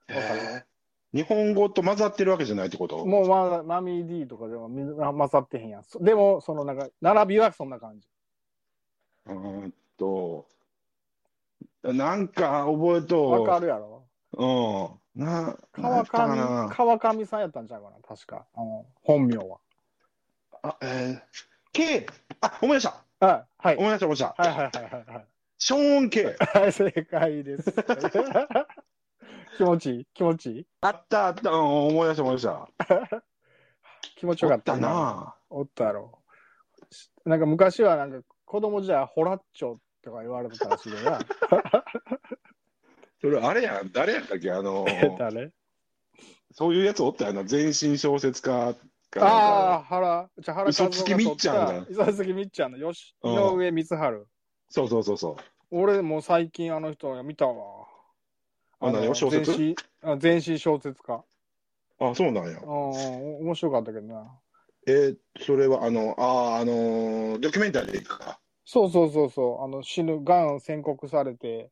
Speaker 2: へえ日本語と混ざってるわけじゃないってこと
Speaker 1: もう、まあ、マミー D とかでもみんな混ざってへんやん。そでも、そのなんか、並びはそんな感じ。
Speaker 2: うーんと、なんか覚え
Speaker 1: わ
Speaker 2: と
Speaker 1: かるやろ
Speaker 2: うん。な、なんや
Speaker 1: 川
Speaker 2: ったかな
Speaker 1: 上、川上さんやったんちゃうかな、確か。あの、本名は。
Speaker 2: あ、えー、K、あ、思い出した、
Speaker 1: あはい。
Speaker 2: 思い出した、思い出した。
Speaker 1: はいはいはいはいはい。
Speaker 2: ショーン K。
Speaker 1: はい、 正解です。 気持ちいい気持ちいい
Speaker 2: あった、あった、うん、思い出した、思い出した。
Speaker 1: 気持ちよかった
Speaker 2: おった。な。
Speaker 1: おったやろ。なんか昔はなんか子供時代ホラッチョとか言われてたらしいよ な。
Speaker 2: それ、あれやん、誰やったっけ、あの、
Speaker 1: 誰
Speaker 2: そういうやつおったよな、全身小説家かなん
Speaker 1: あ
Speaker 2: か。
Speaker 1: あ、原、じゃ原
Speaker 2: 嘘つきみっちゃんだ
Speaker 1: 磯月みっちゃんの、よし、
Speaker 2: うん
Speaker 1: 井上光晴。
Speaker 2: そうそうそうそう。
Speaker 1: 俺も最近あの人見たわ。
Speaker 2: あ何
Speaker 1: の
Speaker 2: 小説
Speaker 1: 全身あ全身小説家。
Speaker 2: あ、そうなんや
Speaker 1: うん、。面白かったけどな。
Speaker 2: えーそれは、あの、あー、あのードキュメンタリーでいいか。
Speaker 1: そうそうそうそう、あの死ぬ、がん宣告されて、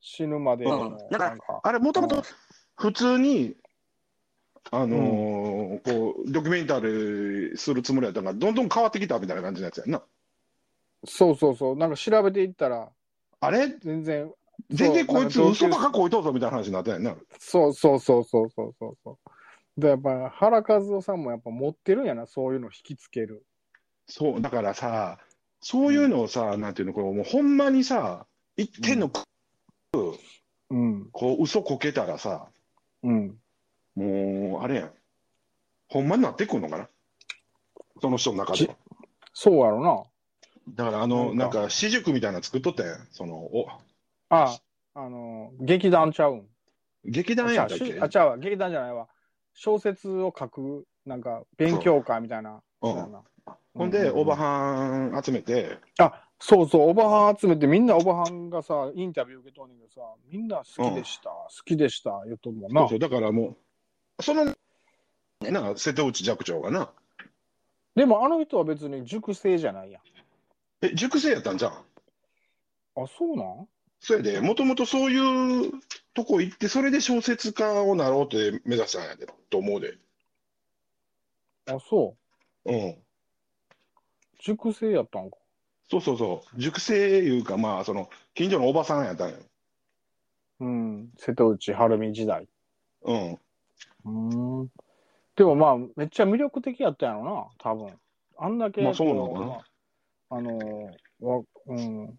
Speaker 1: 死ぬまでの、
Speaker 2: うん
Speaker 1: な
Speaker 2: なん
Speaker 1: か、
Speaker 2: あれ、もとも
Speaker 1: うん
Speaker 2: と普通に、あのーこう、ドキュメンタリーするつもりやったから、どんどん変わってきたみたいな感じのやつやんな。
Speaker 1: そうそうそう、なんか調べていったら、
Speaker 2: あれ
Speaker 1: 全然、
Speaker 2: 全然こいつ
Speaker 1: そうなんか
Speaker 2: 嘘ばっかこいとうぞみたいな話になったやんな。
Speaker 1: そうそうそうそうそうそうそう。で、やっぱ原和夫さんもやっぱ持ってるんやな、そういうの引きつける。
Speaker 2: そう、だからさ、そういうのをさ、なんていうの、これもうほんまにさ、一点の、
Speaker 1: うん、
Speaker 2: こう、嘘こけたらさ、
Speaker 1: うん。
Speaker 2: もう、あれやん。ほんまになってくんのかなその人の中では。
Speaker 1: そうやろ
Speaker 2: だから、あの、
Speaker 1: な
Speaker 2: なんん
Speaker 1: か
Speaker 2: か、私塾みたいなの作っとったやん。その、お、
Speaker 1: な。あ、あの、劇団ちゃうん。
Speaker 2: 劇
Speaker 1: あ
Speaker 2: 団
Speaker 1: ちゃ
Speaker 2: や
Speaker 1: う
Speaker 2: ったっけ
Speaker 1: しあ、ちゃうわ、劇団じゃないわ。小説を書く、なんか、勉強会みたいな。
Speaker 2: う
Speaker 1: そうや
Speaker 2: ん。
Speaker 1: な
Speaker 2: ほんで、
Speaker 1: う
Speaker 2: オバハン集めて、
Speaker 1: あそうそう、おばはん集めて、みんなおばはんがさ、インタビュー受けとんねんけどさ、みんな好きでした、好きでした、言うとんもん
Speaker 2: そ
Speaker 1: な
Speaker 2: うそ。うだからもう、その、な、瀬戸内寂聴がな、
Speaker 1: でも、あの人は別に熟成じゃないや
Speaker 2: え、塾生やったんじゃん。
Speaker 1: ん。あ、そうなん
Speaker 2: それで、もともとそういうとこ行って、それで小説家をなろうって目指したんやで、と思うで。
Speaker 1: あ、そう。
Speaker 2: うん。
Speaker 1: 熟成やったんか。
Speaker 2: そうそうそう。塾生いうか、まあ、その、近所のおばさんやったんよ。
Speaker 1: うん、瀬戸内晴美時代。
Speaker 2: うん。
Speaker 1: うーん。でもまあ、めっちゃ魅力的やったんやろな、多分。あんだけ、
Speaker 2: まあそうなのかな
Speaker 1: こうあのーわ、うん。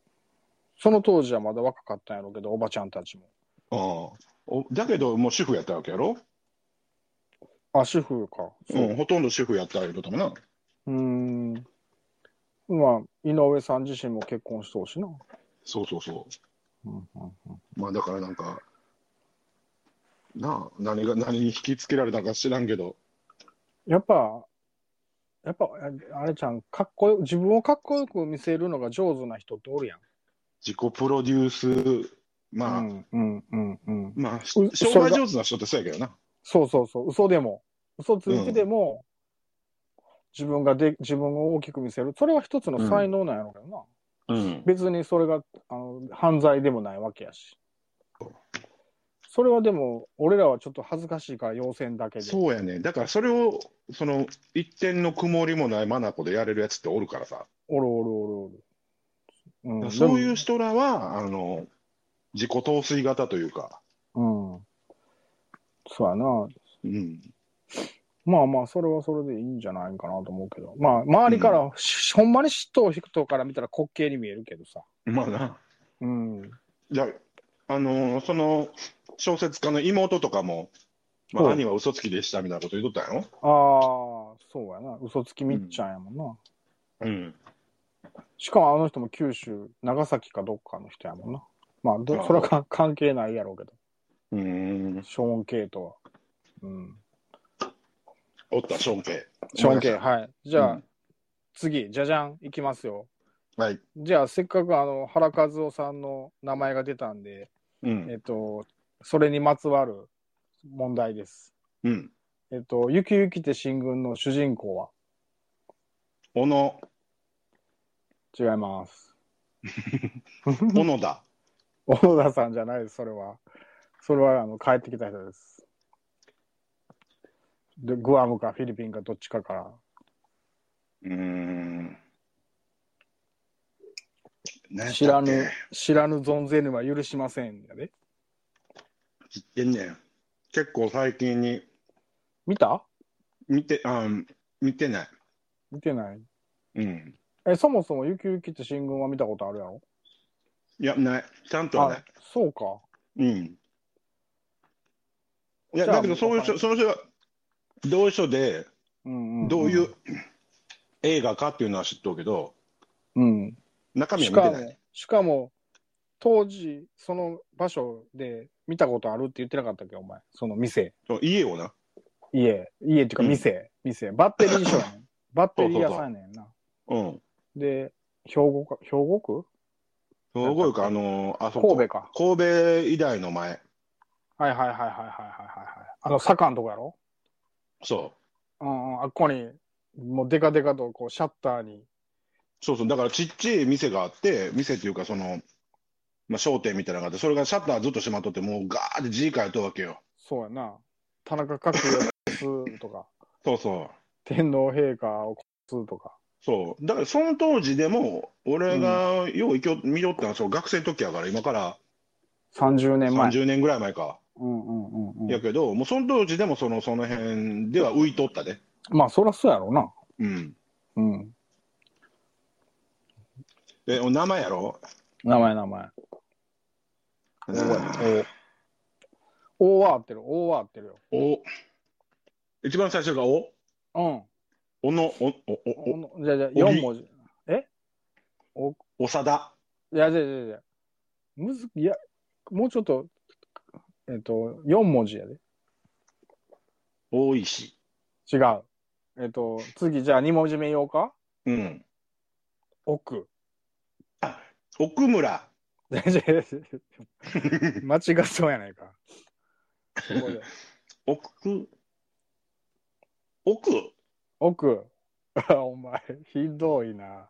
Speaker 1: その当時はまだ若かったんやろうけど、おばちゃんたちも。
Speaker 2: ああ。おだけど、もう主婦やったわけやろ
Speaker 1: あ、主婦か。そう
Speaker 2: うん。ほとんど主婦やったいうこともな。
Speaker 1: うーん。まあ、井上さん自身も結婚しそうしな。
Speaker 2: そうそうそ
Speaker 1: うん
Speaker 2: う。まあ、だからなんか、なあ、何が、何に引きつけられたか知らんけど、
Speaker 1: やっぱ、やっぱ、ああれちゃん、かっこよ、自分をかっこよく見せるのが上手な人っておるやん。
Speaker 2: 自己プロデュース、まあ、
Speaker 1: うんうんうんうん。
Speaker 2: まあ、し
Speaker 1: う
Speaker 2: 商売上手な人ってそうやけどな。
Speaker 1: そうそうそう、嘘でも、嘘ついてでも、自分がで、自分を大きく見せる。それは一つの才能なんやろうけどな。
Speaker 2: うん。
Speaker 1: 別にそれがあの犯罪でもないわけやし。それはでも、俺らはちょっと恥ずかしいから、要請だけで。
Speaker 2: そうやね。だからそれを、その、一点の曇りもないマナコでやれるやつっておるからさ。
Speaker 1: おるおるおるおる。うん、
Speaker 2: そういうう人らは、あの、自己陶酔型というか、
Speaker 1: うん。そうやな。
Speaker 2: うん。
Speaker 1: まあまあ、それはそれでいいんじゃないかなと思うけど。まあ、周りから、しほんまに嫉妬を引くとから見たら滑稽に見えるけどさ。
Speaker 2: まあな。
Speaker 1: うん。
Speaker 2: じゃあ、あの、その、小説家の妹とかも、ま
Speaker 1: ほ
Speaker 2: あ、
Speaker 1: う
Speaker 2: 兄は嘘つきでしたみたいなこと言っとったんやろ
Speaker 1: ああ、そうやな。嘘つきみっちゃんやもんな。
Speaker 2: うん。
Speaker 1: しかもあの人も九州、長崎かどっかの人やもんな。まあ、
Speaker 2: あ
Speaker 1: ど
Speaker 2: あ
Speaker 1: それはか 関係ないやろうけど。
Speaker 2: うーん。
Speaker 1: ショーン・ケイとは。うん。
Speaker 2: おった、ショーンケイ。
Speaker 1: ショーン・ケイ、
Speaker 2: ごめんなさ
Speaker 1: はい。じゃあ、
Speaker 2: うん
Speaker 1: 次、じゃじゃん、いきますよ。
Speaker 2: い。はい。
Speaker 1: じゃあ、せっかくあの、原和夫さんの名前が出たんで、
Speaker 2: う
Speaker 1: え
Speaker 2: ん。
Speaker 1: っと、それにまつわる問題です。
Speaker 2: うん。
Speaker 1: えっと、ゆきゆきて進軍の主人公は
Speaker 2: 小野、
Speaker 1: 違います。
Speaker 2: 小野だ。
Speaker 1: 小野田さんじゃないです、それは。それは、あの、帰ってきた人です。で、グアムかフィリピンかどっちかから。
Speaker 2: うーん。何やったっけ
Speaker 1: 知らぬ、知らぬ存ぜぬは許しませんやで。
Speaker 2: 知ってんねん。結構最近に、
Speaker 1: 見た
Speaker 2: 見て、あん見てない。
Speaker 1: 見てない
Speaker 2: うん。
Speaker 1: え、そもそもゆきゆきって新聞は見たことあるやろ
Speaker 2: いや、ない。ちゃんとはない
Speaker 1: あ。そうか。
Speaker 2: うん。いや、
Speaker 1: じゃあ
Speaker 2: だけど、そういう
Speaker 1: も
Speaker 2: 人、
Speaker 1: う
Speaker 2: その人は、どういう人で、
Speaker 1: うんんん
Speaker 2: どういう。映画かっていうのは知っとうけど、
Speaker 1: うん。
Speaker 2: 中身
Speaker 1: し
Speaker 2: は
Speaker 1: か
Speaker 2: 見てない。
Speaker 1: も、しかも、当時、その場所で見たことあるって言ってなかったっけ、お前。その店。
Speaker 2: そう家をな。
Speaker 1: 家。家っていうか
Speaker 2: うん
Speaker 1: 店。店。バッテリー所やねん。バッテリー屋さんやねんな。
Speaker 2: うん。
Speaker 1: で、兵庫か、兵庫区
Speaker 2: すごいか、あのーあそこ。
Speaker 1: 神戸か。
Speaker 2: 神戸医大の前。
Speaker 1: はいはいはいはいはいはいはい。あの、坂のとこやろ
Speaker 2: そう。
Speaker 1: うんうん、あっこに、もうデカデカとこうシャッターに。
Speaker 2: そうそう。だから、ちっちゃい店があって、店っていうか、その、まあ、商店みたいなのがあって、それがシャッターずっと閉まっとって、もうガーって字書いとるわけよ。
Speaker 1: そうやな。田中角栄とか、
Speaker 2: そうそう。
Speaker 1: 天皇陛下を殺すとか。
Speaker 2: そう。だから、その当時でも、俺がよう行きょ見よったのは、そう学生の時やから、今から
Speaker 1: 30年前。
Speaker 2: 30年ぐらい前か。
Speaker 1: うんうんうんう
Speaker 2: や
Speaker 1: ん。
Speaker 2: けど、もうその当時でもその、その辺では浮いとったで。
Speaker 1: まあ、そらそうやろうな。
Speaker 2: うん。
Speaker 1: うん。
Speaker 2: え、お名前やろ
Speaker 1: 名前名前。
Speaker 2: うん
Speaker 1: おおは合ってる。おおは合ってるよ。
Speaker 2: お。一番最初がお
Speaker 1: うん。
Speaker 2: おの、お、お、
Speaker 1: お
Speaker 2: お、
Speaker 1: のじゃあじゃあ
Speaker 2: おぎ
Speaker 1: 4文字。えお、い
Speaker 2: お、おさだ。
Speaker 1: やじゃあじゃあじゃあむず、いや、もうちょっと、えっ、と、4文字やで。
Speaker 2: 大石。
Speaker 1: 違う。えっ、と、次、じゃあ2文字目言おうか
Speaker 2: うん。
Speaker 1: 奥。
Speaker 2: 奥村。
Speaker 1: いやいやいや間違そうやないか。そこで
Speaker 2: 奥。奥。
Speaker 1: 奥。お前、ひどいな。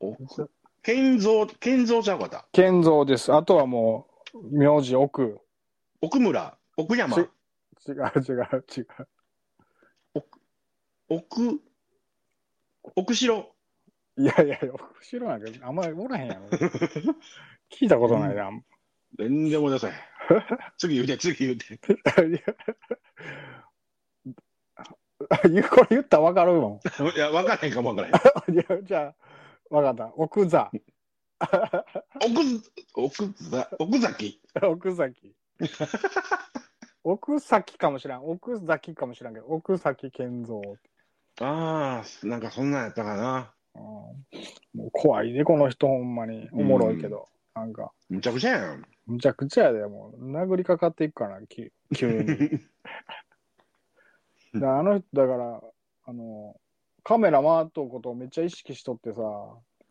Speaker 2: 奥。健三、健三ちゃうかった。
Speaker 1: 健三です。あとはもう、名字奥。
Speaker 2: 奥村。奥山。
Speaker 1: し違う違う違う。
Speaker 2: 奥。奥城。
Speaker 1: いやいや、奥知らんけど、あんまりおらへんやろ。聞いたことないな。
Speaker 2: 全然思い出せへん。 次言うて、次言うて。
Speaker 1: いやこれ 言ったらわかるも
Speaker 2: いや、わからへんかもわからへん。
Speaker 1: ん。いやじゃあ、わかった。奥座。
Speaker 2: 奥ず、奥ざ、奥崎。
Speaker 1: 奥崎。奥崎かもしらん。奥崎かもしらんけど、奥崎健三。
Speaker 2: ああ、なんかそんなんやったかな。
Speaker 1: うんもう怖いで、この人ほんまに。おもろいけど。なんか、
Speaker 2: むちゃくちゃやん。
Speaker 1: むちゃくちゃやで、もう。殴りかかっていくから、き急に。であの人、だから、あの、カメラ回っとうことをめっちゃ意識しとってさ、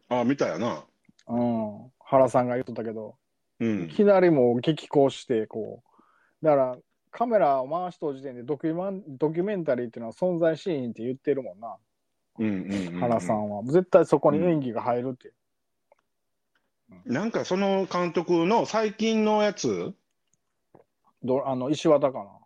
Speaker 2: ああ、見たやな。
Speaker 1: うん、原さんが言っとったけど、
Speaker 2: うん
Speaker 1: い。きなりもう激高して、こう、だから、カメラを回しとる時点でドキュマンドキュメンタリーっていうのは存在シーンって言ってるもんな、
Speaker 2: うんうんうんうん
Speaker 1: 原さんは。絶対そこに演技が入るって。
Speaker 2: なんかその監督の最近のやつ、
Speaker 1: どあの石綿か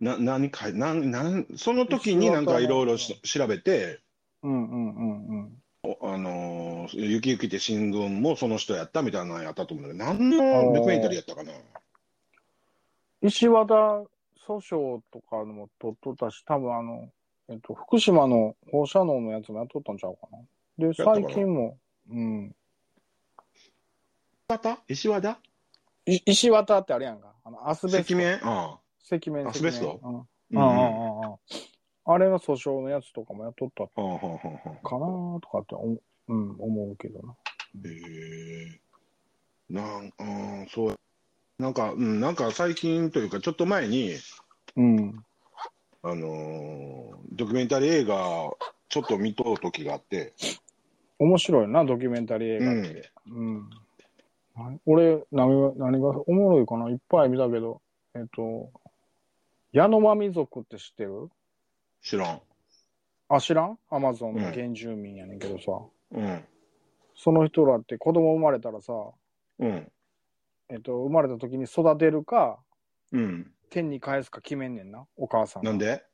Speaker 1: な。
Speaker 2: な何かなんなんその時になんかいろいろし調べて、
Speaker 1: うんうんうんうん。
Speaker 2: おあのー雪雪って新聞もその人やったみたいなのやったと思うんだけど、何のドキュメンタリーやったかな。
Speaker 1: 石和田訴訟とかのも取っとったし、多分あの、えっと、福島の放射能のやつもやっとったんちゃうかな。で、
Speaker 2: たかな
Speaker 1: 最近も、うん。
Speaker 2: 石綿石和田
Speaker 1: い石和田ってあれやんか。あの、アスベス
Speaker 2: 赤
Speaker 1: ト。
Speaker 2: 面ああ
Speaker 1: 赤面。
Speaker 2: アスベスト
Speaker 1: 赤面
Speaker 2: う
Speaker 1: うんん。うん
Speaker 2: う
Speaker 1: んうんん
Speaker 2: う
Speaker 1: うんうん。あれの訴訟のやつとかもやっとった
Speaker 2: はあはあはあはあ
Speaker 1: かなとかって思う、うん、思うけどな。
Speaker 2: へえなんうんそうなんかうんなんか最近というかちょっと前に
Speaker 1: うん。
Speaker 2: あのードキュメンタリー映画ちょっと見とる時があって、
Speaker 1: 面白いよな、ドキュメンタリー映画って。うん。な俺、何が、何がおもろいかないっぱい見たけど、えっと、ヤノマミ族って知ってる
Speaker 2: 知らん。
Speaker 1: あ、知らんアマゾンの
Speaker 2: うん
Speaker 1: 原住民やねんけどさ、
Speaker 2: うん。
Speaker 1: その人らって子供生まれたらさ、
Speaker 2: うん。
Speaker 1: えっと、生まれた時に育てるか、
Speaker 2: うん。
Speaker 1: 天に返すか決めんねんな、お母さんが
Speaker 2: なんで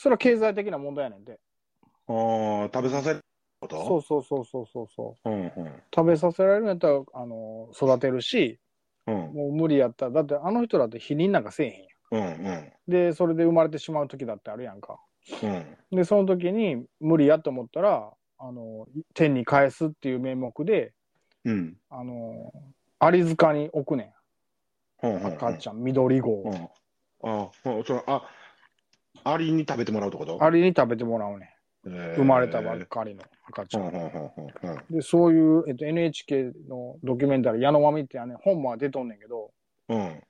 Speaker 1: それは経済的な問題やねんで。
Speaker 2: ああ、食べさせること
Speaker 1: そうそうそうそうそうそう。
Speaker 2: う。うんうん。
Speaker 1: 食べさせられるんやったら、あの、育てるし、
Speaker 2: うん。
Speaker 1: もう無理やったら、だってあの人らって否認なんかせえへんやん。
Speaker 2: うんうん。
Speaker 1: で、それで生まれてしまう時だってあるやんか。
Speaker 2: うん。
Speaker 1: で、その時に無理やと思ったら、あの、天に返すっていう名目で、
Speaker 2: うん。
Speaker 1: あの、アリ塚に置くね
Speaker 2: うん。
Speaker 1: ん。赤ち
Speaker 2: ゃ
Speaker 1: ゃん、緑号
Speaker 2: う
Speaker 1: を。
Speaker 2: ん。ああ、そうそのあ、アリに食べてもらうってこと
Speaker 1: アリに食べてもらうねん。
Speaker 2: 生
Speaker 1: 生まれたばっかりの赤ち
Speaker 2: う
Speaker 1: ゃ
Speaker 2: んうん
Speaker 1: ん。
Speaker 2: うんうんうん
Speaker 1: で、そういう、えっと、NHK のドキュメンタリー、矢野まみってやね、本も出とんねんけど、
Speaker 2: うん。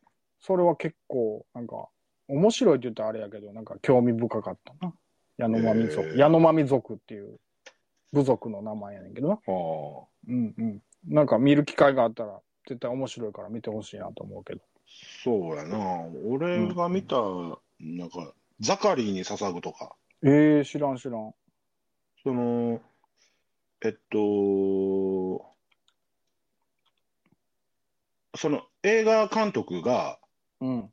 Speaker 1: それは結構、なんか、面白いって言ったらあれやけど、なんか興味深かったな。矢野まみ
Speaker 2: へ
Speaker 1: 族。
Speaker 2: え
Speaker 1: 矢野まみ族っていう部族の名前やねんけどな。
Speaker 2: ああ。
Speaker 1: うんうん。なんか見る機会があったら、絶対面白いから見てほしいなと思うけど。
Speaker 2: そうやな。俺が見た、なんか、ザカリーに捧ぐとか、
Speaker 1: ええー、知らん知らん。
Speaker 2: その、えっと、その映画監督が、
Speaker 1: うん。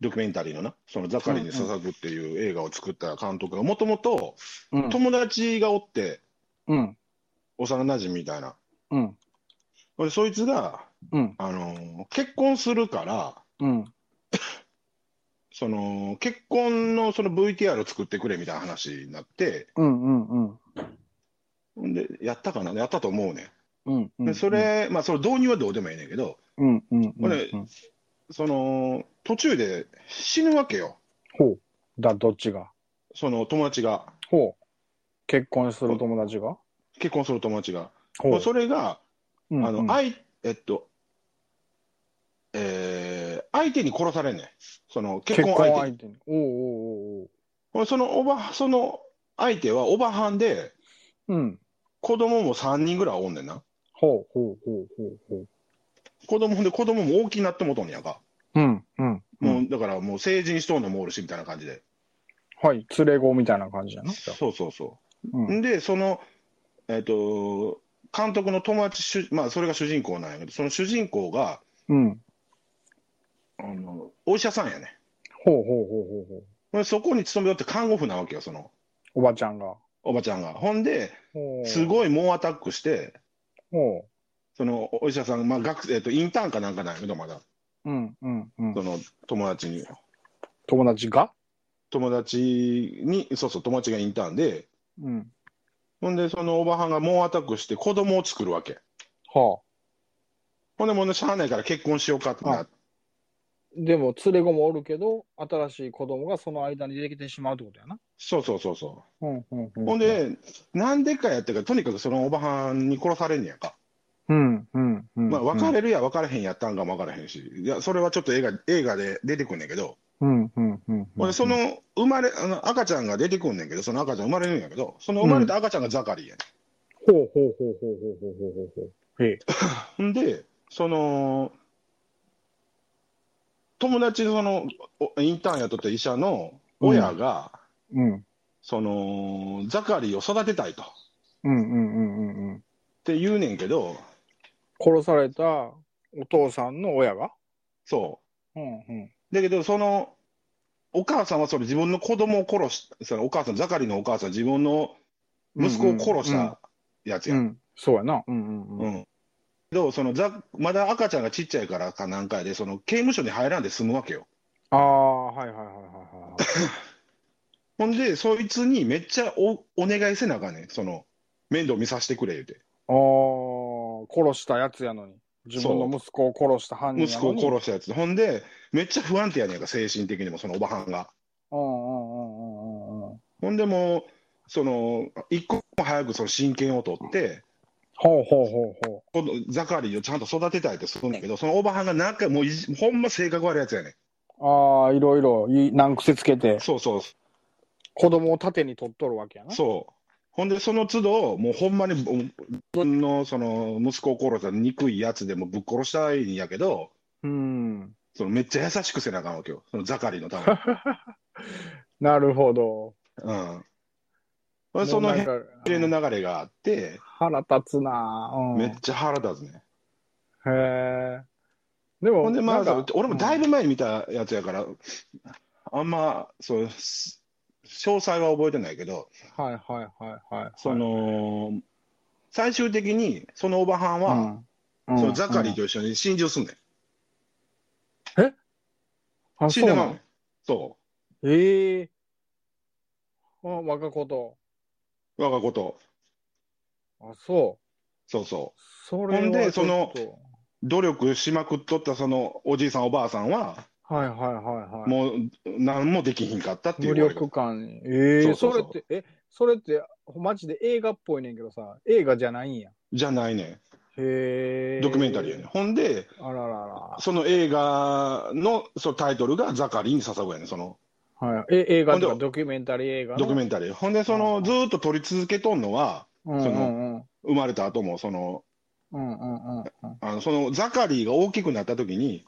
Speaker 2: ドキュメンタリーのな、そのザカリーに捧ぐっていう映画を作った監督が、もともと
Speaker 1: うん。
Speaker 2: 友達がおって、
Speaker 1: うん。
Speaker 2: 幼馴染みたいな。
Speaker 1: うん。
Speaker 2: でそいつが、
Speaker 1: うん。
Speaker 2: あの結婚するから、
Speaker 1: うん。
Speaker 2: その結婚のその VTR を作ってくれみたいな話になって、
Speaker 1: うん。うん。
Speaker 2: でやったかな、やったと思うね。
Speaker 1: うん。うんん。
Speaker 2: でそ、れ、まあ、それ導入はどうでもいいねんけど、
Speaker 1: うん。うん。うん。
Speaker 2: これ
Speaker 1: うん
Speaker 2: その途中で死ぬわけよ、
Speaker 1: ほう。だ、どっちが。
Speaker 2: その友達が、
Speaker 1: ほう。結婚する友達が。
Speaker 2: 結婚する友達が。
Speaker 1: ほう。
Speaker 2: それが、
Speaker 1: うん
Speaker 2: あの、
Speaker 1: うん、
Speaker 2: 相えっと、えー相手に殺されんねん。その結
Speaker 1: 結
Speaker 2: 婚
Speaker 1: 婚
Speaker 2: 相手
Speaker 1: 相手に。おうおうおうおう。
Speaker 2: ほんでそのおば、その相手はおばはんで、
Speaker 1: うん。
Speaker 2: 子供も3人ぐらいおんねんな。
Speaker 1: ほうほうほうほうほう。
Speaker 2: 子供ほんで子供も大きいなってもとんやんか。
Speaker 1: うん。うん。
Speaker 2: もうだからもう成人しとんのもおるしみたいな感じで。
Speaker 1: はい。連れ子みたいな感じやな。
Speaker 2: そうそうそうう。
Speaker 1: ん。
Speaker 2: んで、その、えっ、と、監督の友達主、まあそれが主人公なんやけど、その主人公が、
Speaker 1: うん。
Speaker 2: あのお医者さんやね。
Speaker 1: ほうほうほうほうほう。
Speaker 2: ほんでそこに勤めよって看護婦なわけよ、その
Speaker 1: おばちゃんが。
Speaker 2: おばちゃんが。ほんで、
Speaker 1: ほう
Speaker 2: すごい猛アタックして、
Speaker 1: ほ
Speaker 2: そのお医者さん、まあ学生、えっとインターンかなんかなんやけど、まだ、
Speaker 1: う。うん。うん。うん
Speaker 2: そ。の友達に、
Speaker 1: 友達が
Speaker 2: 友達に、そうそう、友達がインターンで、
Speaker 1: うん。
Speaker 2: ほんで、そのおばはんが猛アタックして、子供を作るわけ。
Speaker 1: はあ。
Speaker 2: ほんで、もうね、しゃあないから結婚しようかってなって、
Speaker 1: でも、連れ子もおるけど、新しい子供がその間に出てきてしまうってことやな。
Speaker 2: そうそうそうそ
Speaker 1: うん、うん、う
Speaker 2: う。
Speaker 1: ん。
Speaker 2: ほん、で、なんでかやってから、とにかくそのおばはんに殺されんねやんか。
Speaker 1: うん、うん、うん。
Speaker 2: まあ、別れるや別れへんやったんかも分からへんし、いや、それはちょっと映画映画で出てくんねんけど、
Speaker 1: うん、うん、うん、
Speaker 2: ほんでその生まれ、あの赤ちゃんが出てくんねんけど、その赤ちゃん生まれるんやけど、その生まれた赤ちゃんがザカリやね
Speaker 1: ほうほうほうほうほうほうほうほうほう。へえ。
Speaker 2: ん。んで、その、友達のその、おインターン雇った医者の親が、
Speaker 1: うん。
Speaker 2: その、ザカリを育てたいと。っ
Speaker 1: うんうんうんうんうん。
Speaker 2: て言うねんけど、
Speaker 1: 殺されたお父さんの親が
Speaker 2: そ
Speaker 1: うんうん。
Speaker 2: う。だけど、その、お母さんはそれ自分の子供を殺し、そのお母さん、ザカリのお母さん、自分の息子を殺したやつ
Speaker 1: う
Speaker 2: や
Speaker 1: んう
Speaker 2: ん。
Speaker 1: ん。うん。そうやな。うんうん
Speaker 2: う
Speaker 1: うん。
Speaker 2: ん。けど、そのザ、まだ赤ちゃんがちっちゃいからかなんかやで、その刑務所に入らんで済むわけよ。
Speaker 1: ああ、はいはいはいはいはいはい。
Speaker 2: ほんで、そいつにめっちゃおお願いせなあかんねん。その、面倒見させてくれ言うて。
Speaker 1: ああ、殺したやつやのに。自分の息子を殺した犯人
Speaker 2: 息
Speaker 1: や
Speaker 2: 子
Speaker 1: の
Speaker 2: を
Speaker 1: に。
Speaker 2: 殺したやつ。ほんで、めっちゃ不安定やねんか、精神的にも、そのおばはんが。
Speaker 1: うんうんうんうんうんうん。
Speaker 2: ほんでもう、その、一刻も早くその親権を取って、
Speaker 1: ほうほうほうほ
Speaker 2: このザカリをちゃんと育てたいってするんだけど、そのおばはんがなんかもういじ、ほんま性格悪いやつやね
Speaker 1: う。ああ、いろいろい難癖つけて
Speaker 2: ん。、そうそう、
Speaker 1: 子供を盾に取っとるわけやな。
Speaker 2: そう。ほんで、その都度、もうほんまにもう自分のその息子を殺した憎いやつでもぶっ殺したいんやけど、
Speaker 1: うん。
Speaker 2: そのめっちゃ優しくせなあかんわけよ、そのザカリのために。
Speaker 1: なるほど。
Speaker 2: うんほんで、その
Speaker 1: もうなん
Speaker 2: 辺
Speaker 1: か
Speaker 2: の流れがあって、
Speaker 1: 腹立つなぁ。うん、
Speaker 2: めっちゃ腹立つね。
Speaker 1: へえ。でも、
Speaker 2: ほんで、ま
Speaker 1: なん
Speaker 2: あ
Speaker 1: か、
Speaker 2: 俺もだいぶ前に見たやつやから、あんま、そう、す詳細は覚えてないけど、
Speaker 1: うんはいはいはいはい。
Speaker 2: その、最終的に、そのおばはん
Speaker 1: うん、
Speaker 2: は、
Speaker 1: うん、
Speaker 2: そのザカリ
Speaker 1: と
Speaker 2: と一緒に心中すんねん。
Speaker 1: あ、
Speaker 2: 死
Speaker 1: そ
Speaker 2: ん
Speaker 1: う
Speaker 2: で
Speaker 1: な
Speaker 2: まうね
Speaker 1: の
Speaker 2: ん。そう。
Speaker 1: ええあ、我が子と。
Speaker 2: 我がこと、
Speaker 1: あ、そう。
Speaker 2: そうそ
Speaker 1: それは
Speaker 2: ほんで
Speaker 1: ちょっと
Speaker 2: う、努力しまくっとったそのおじいさん、おばあさんは、
Speaker 1: はいはいはいはい。
Speaker 2: もう何もできひんかったっていう
Speaker 1: 無
Speaker 2: 終わり方
Speaker 1: 力感に。ええ
Speaker 2: そうそうそう
Speaker 1: それって、え、それって、マジで映画っぽいねんけどさ、映画じゃないんや。
Speaker 2: じゃないね
Speaker 1: へえ。
Speaker 2: ん、ドキュメンタリーやねん。ほんで、
Speaker 1: あららら
Speaker 2: その映画のそのタイトルがザカリに捧ぐやねん、その
Speaker 1: ら。はい。え、映画と
Speaker 2: ほ
Speaker 1: か
Speaker 2: んで
Speaker 1: ドキュメンタリー映画の。
Speaker 2: ドキュメンタリー。ほんで、そ
Speaker 1: あ
Speaker 2: の
Speaker 1: ー
Speaker 2: ずーっと撮り続けとんのは、
Speaker 1: うんうんうん。
Speaker 2: 生まれた後もその、
Speaker 1: うんうんうんうん。
Speaker 2: あのそのザカリが大きくなった時に、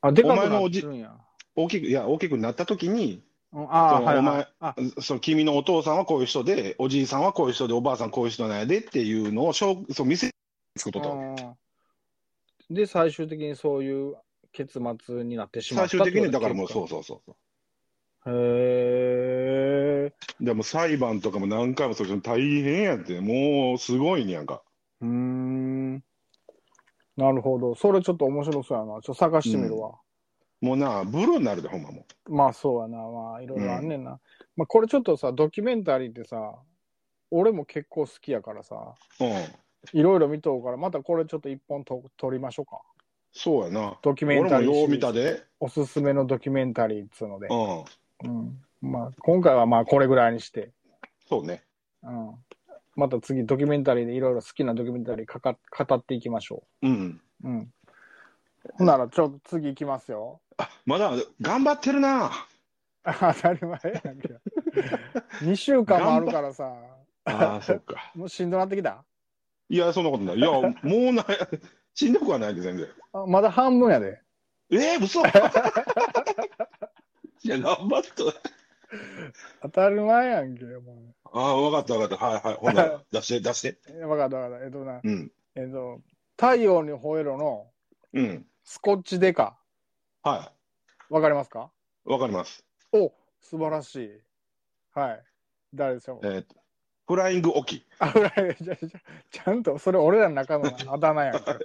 Speaker 1: あ、でか
Speaker 2: お
Speaker 1: く
Speaker 2: 前の
Speaker 1: なっ
Speaker 2: お
Speaker 1: て
Speaker 2: じ
Speaker 1: るんや。
Speaker 2: 大きく、いや、大きくなった時に、
Speaker 1: うんああ、
Speaker 2: その
Speaker 1: はい、
Speaker 2: お
Speaker 1: はい
Speaker 2: 前。
Speaker 1: あ、
Speaker 2: その君のお父さんはこういう人で、おじいさんはこういう人で、おばあさんこういう人なんやでっていうのをしょうそう見せつことと、
Speaker 1: うんで、最終的にそういう結末になってしまっ
Speaker 2: 最
Speaker 1: た
Speaker 2: 終的にだからもう、
Speaker 1: う。
Speaker 2: そうそうそう。
Speaker 1: へえ。
Speaker 2: でも裁判とかも何回もそう大変やって、もうすごいねやんか。
Speaker 1: うーん。なるほど。それちょっと面白そうやな。ちょっと探してみるわ。
Speaker 2: もうな、ブルーになるで、ほんまも
Speaker 1: まあそうやな。まあいろいろあんねんな。まあこれちょっとさ、ドキュメンタリーってさ、俺も結構好きやからさ、
Speaker 2: う。うん。
Speaker 1: いろいろ見とうから、またこれちょっと一本と撮りましょうか。
Speaker 2: そうやな。
Speaker 1: ドキュメン
Speaker 2: 俺
Speaker 1: タ
Speaker 2: も
Speaker 1: リーシリーズ。
Speaker 2: よう見たで。
Speaker 1: おすすめのドキュメンタリーっつうので
Speaker 2: う。ん。
Speaker 1: うん。まあ今回はまあこれぐらいにして。
Speaker 2: そうね。
Speaker 1: うんまた次ドキュメンタリーでいろいろ好きなドキュメンタリーかか語っていきましょ
Speaker 2: うん。
Speaker 1: う。うん。ほんなら、ちょ、次行きますよ。
Speaker 2: あ、まだ頑張ってるな。
Speaker 1: 当たり前やん け。2週間もあるからさ、
Speaker 2: ああ、そっか。
Speaker 1: もうしんどなってきた
Speaker 2: いや、そんなことない。いや、もうない。しんどくはないで、全然。
Speaker 1: あまだ半分やで。
Speaker 2: えー、 嘘いや、頑張った。
Speaker 1: 当たり前やんけ。も
Speaker 2: ああ、わかったわかった。はいはい。ほら、出して、出して。
Speaker 1: うえわかったわかった。えっとな、
Speaker 2: うん。
Speaker 1: えっと、太陽に吠えろの
Speaker 2: うん。
Speaker 1: スコッチデカ。
Speaker 2: は
Speaker 1: わかりますか
Speaker 2: い。わかります。
Speaker 1: お、素晴らしい。はい。誰でしょ
Speaker 2: え
Speaker 1: う
Speaker 2: ーと、フライングオキ。
Speaker 1: あ、フライじゃじゃちゃんと、それ俺らの中のあだ 名やんか。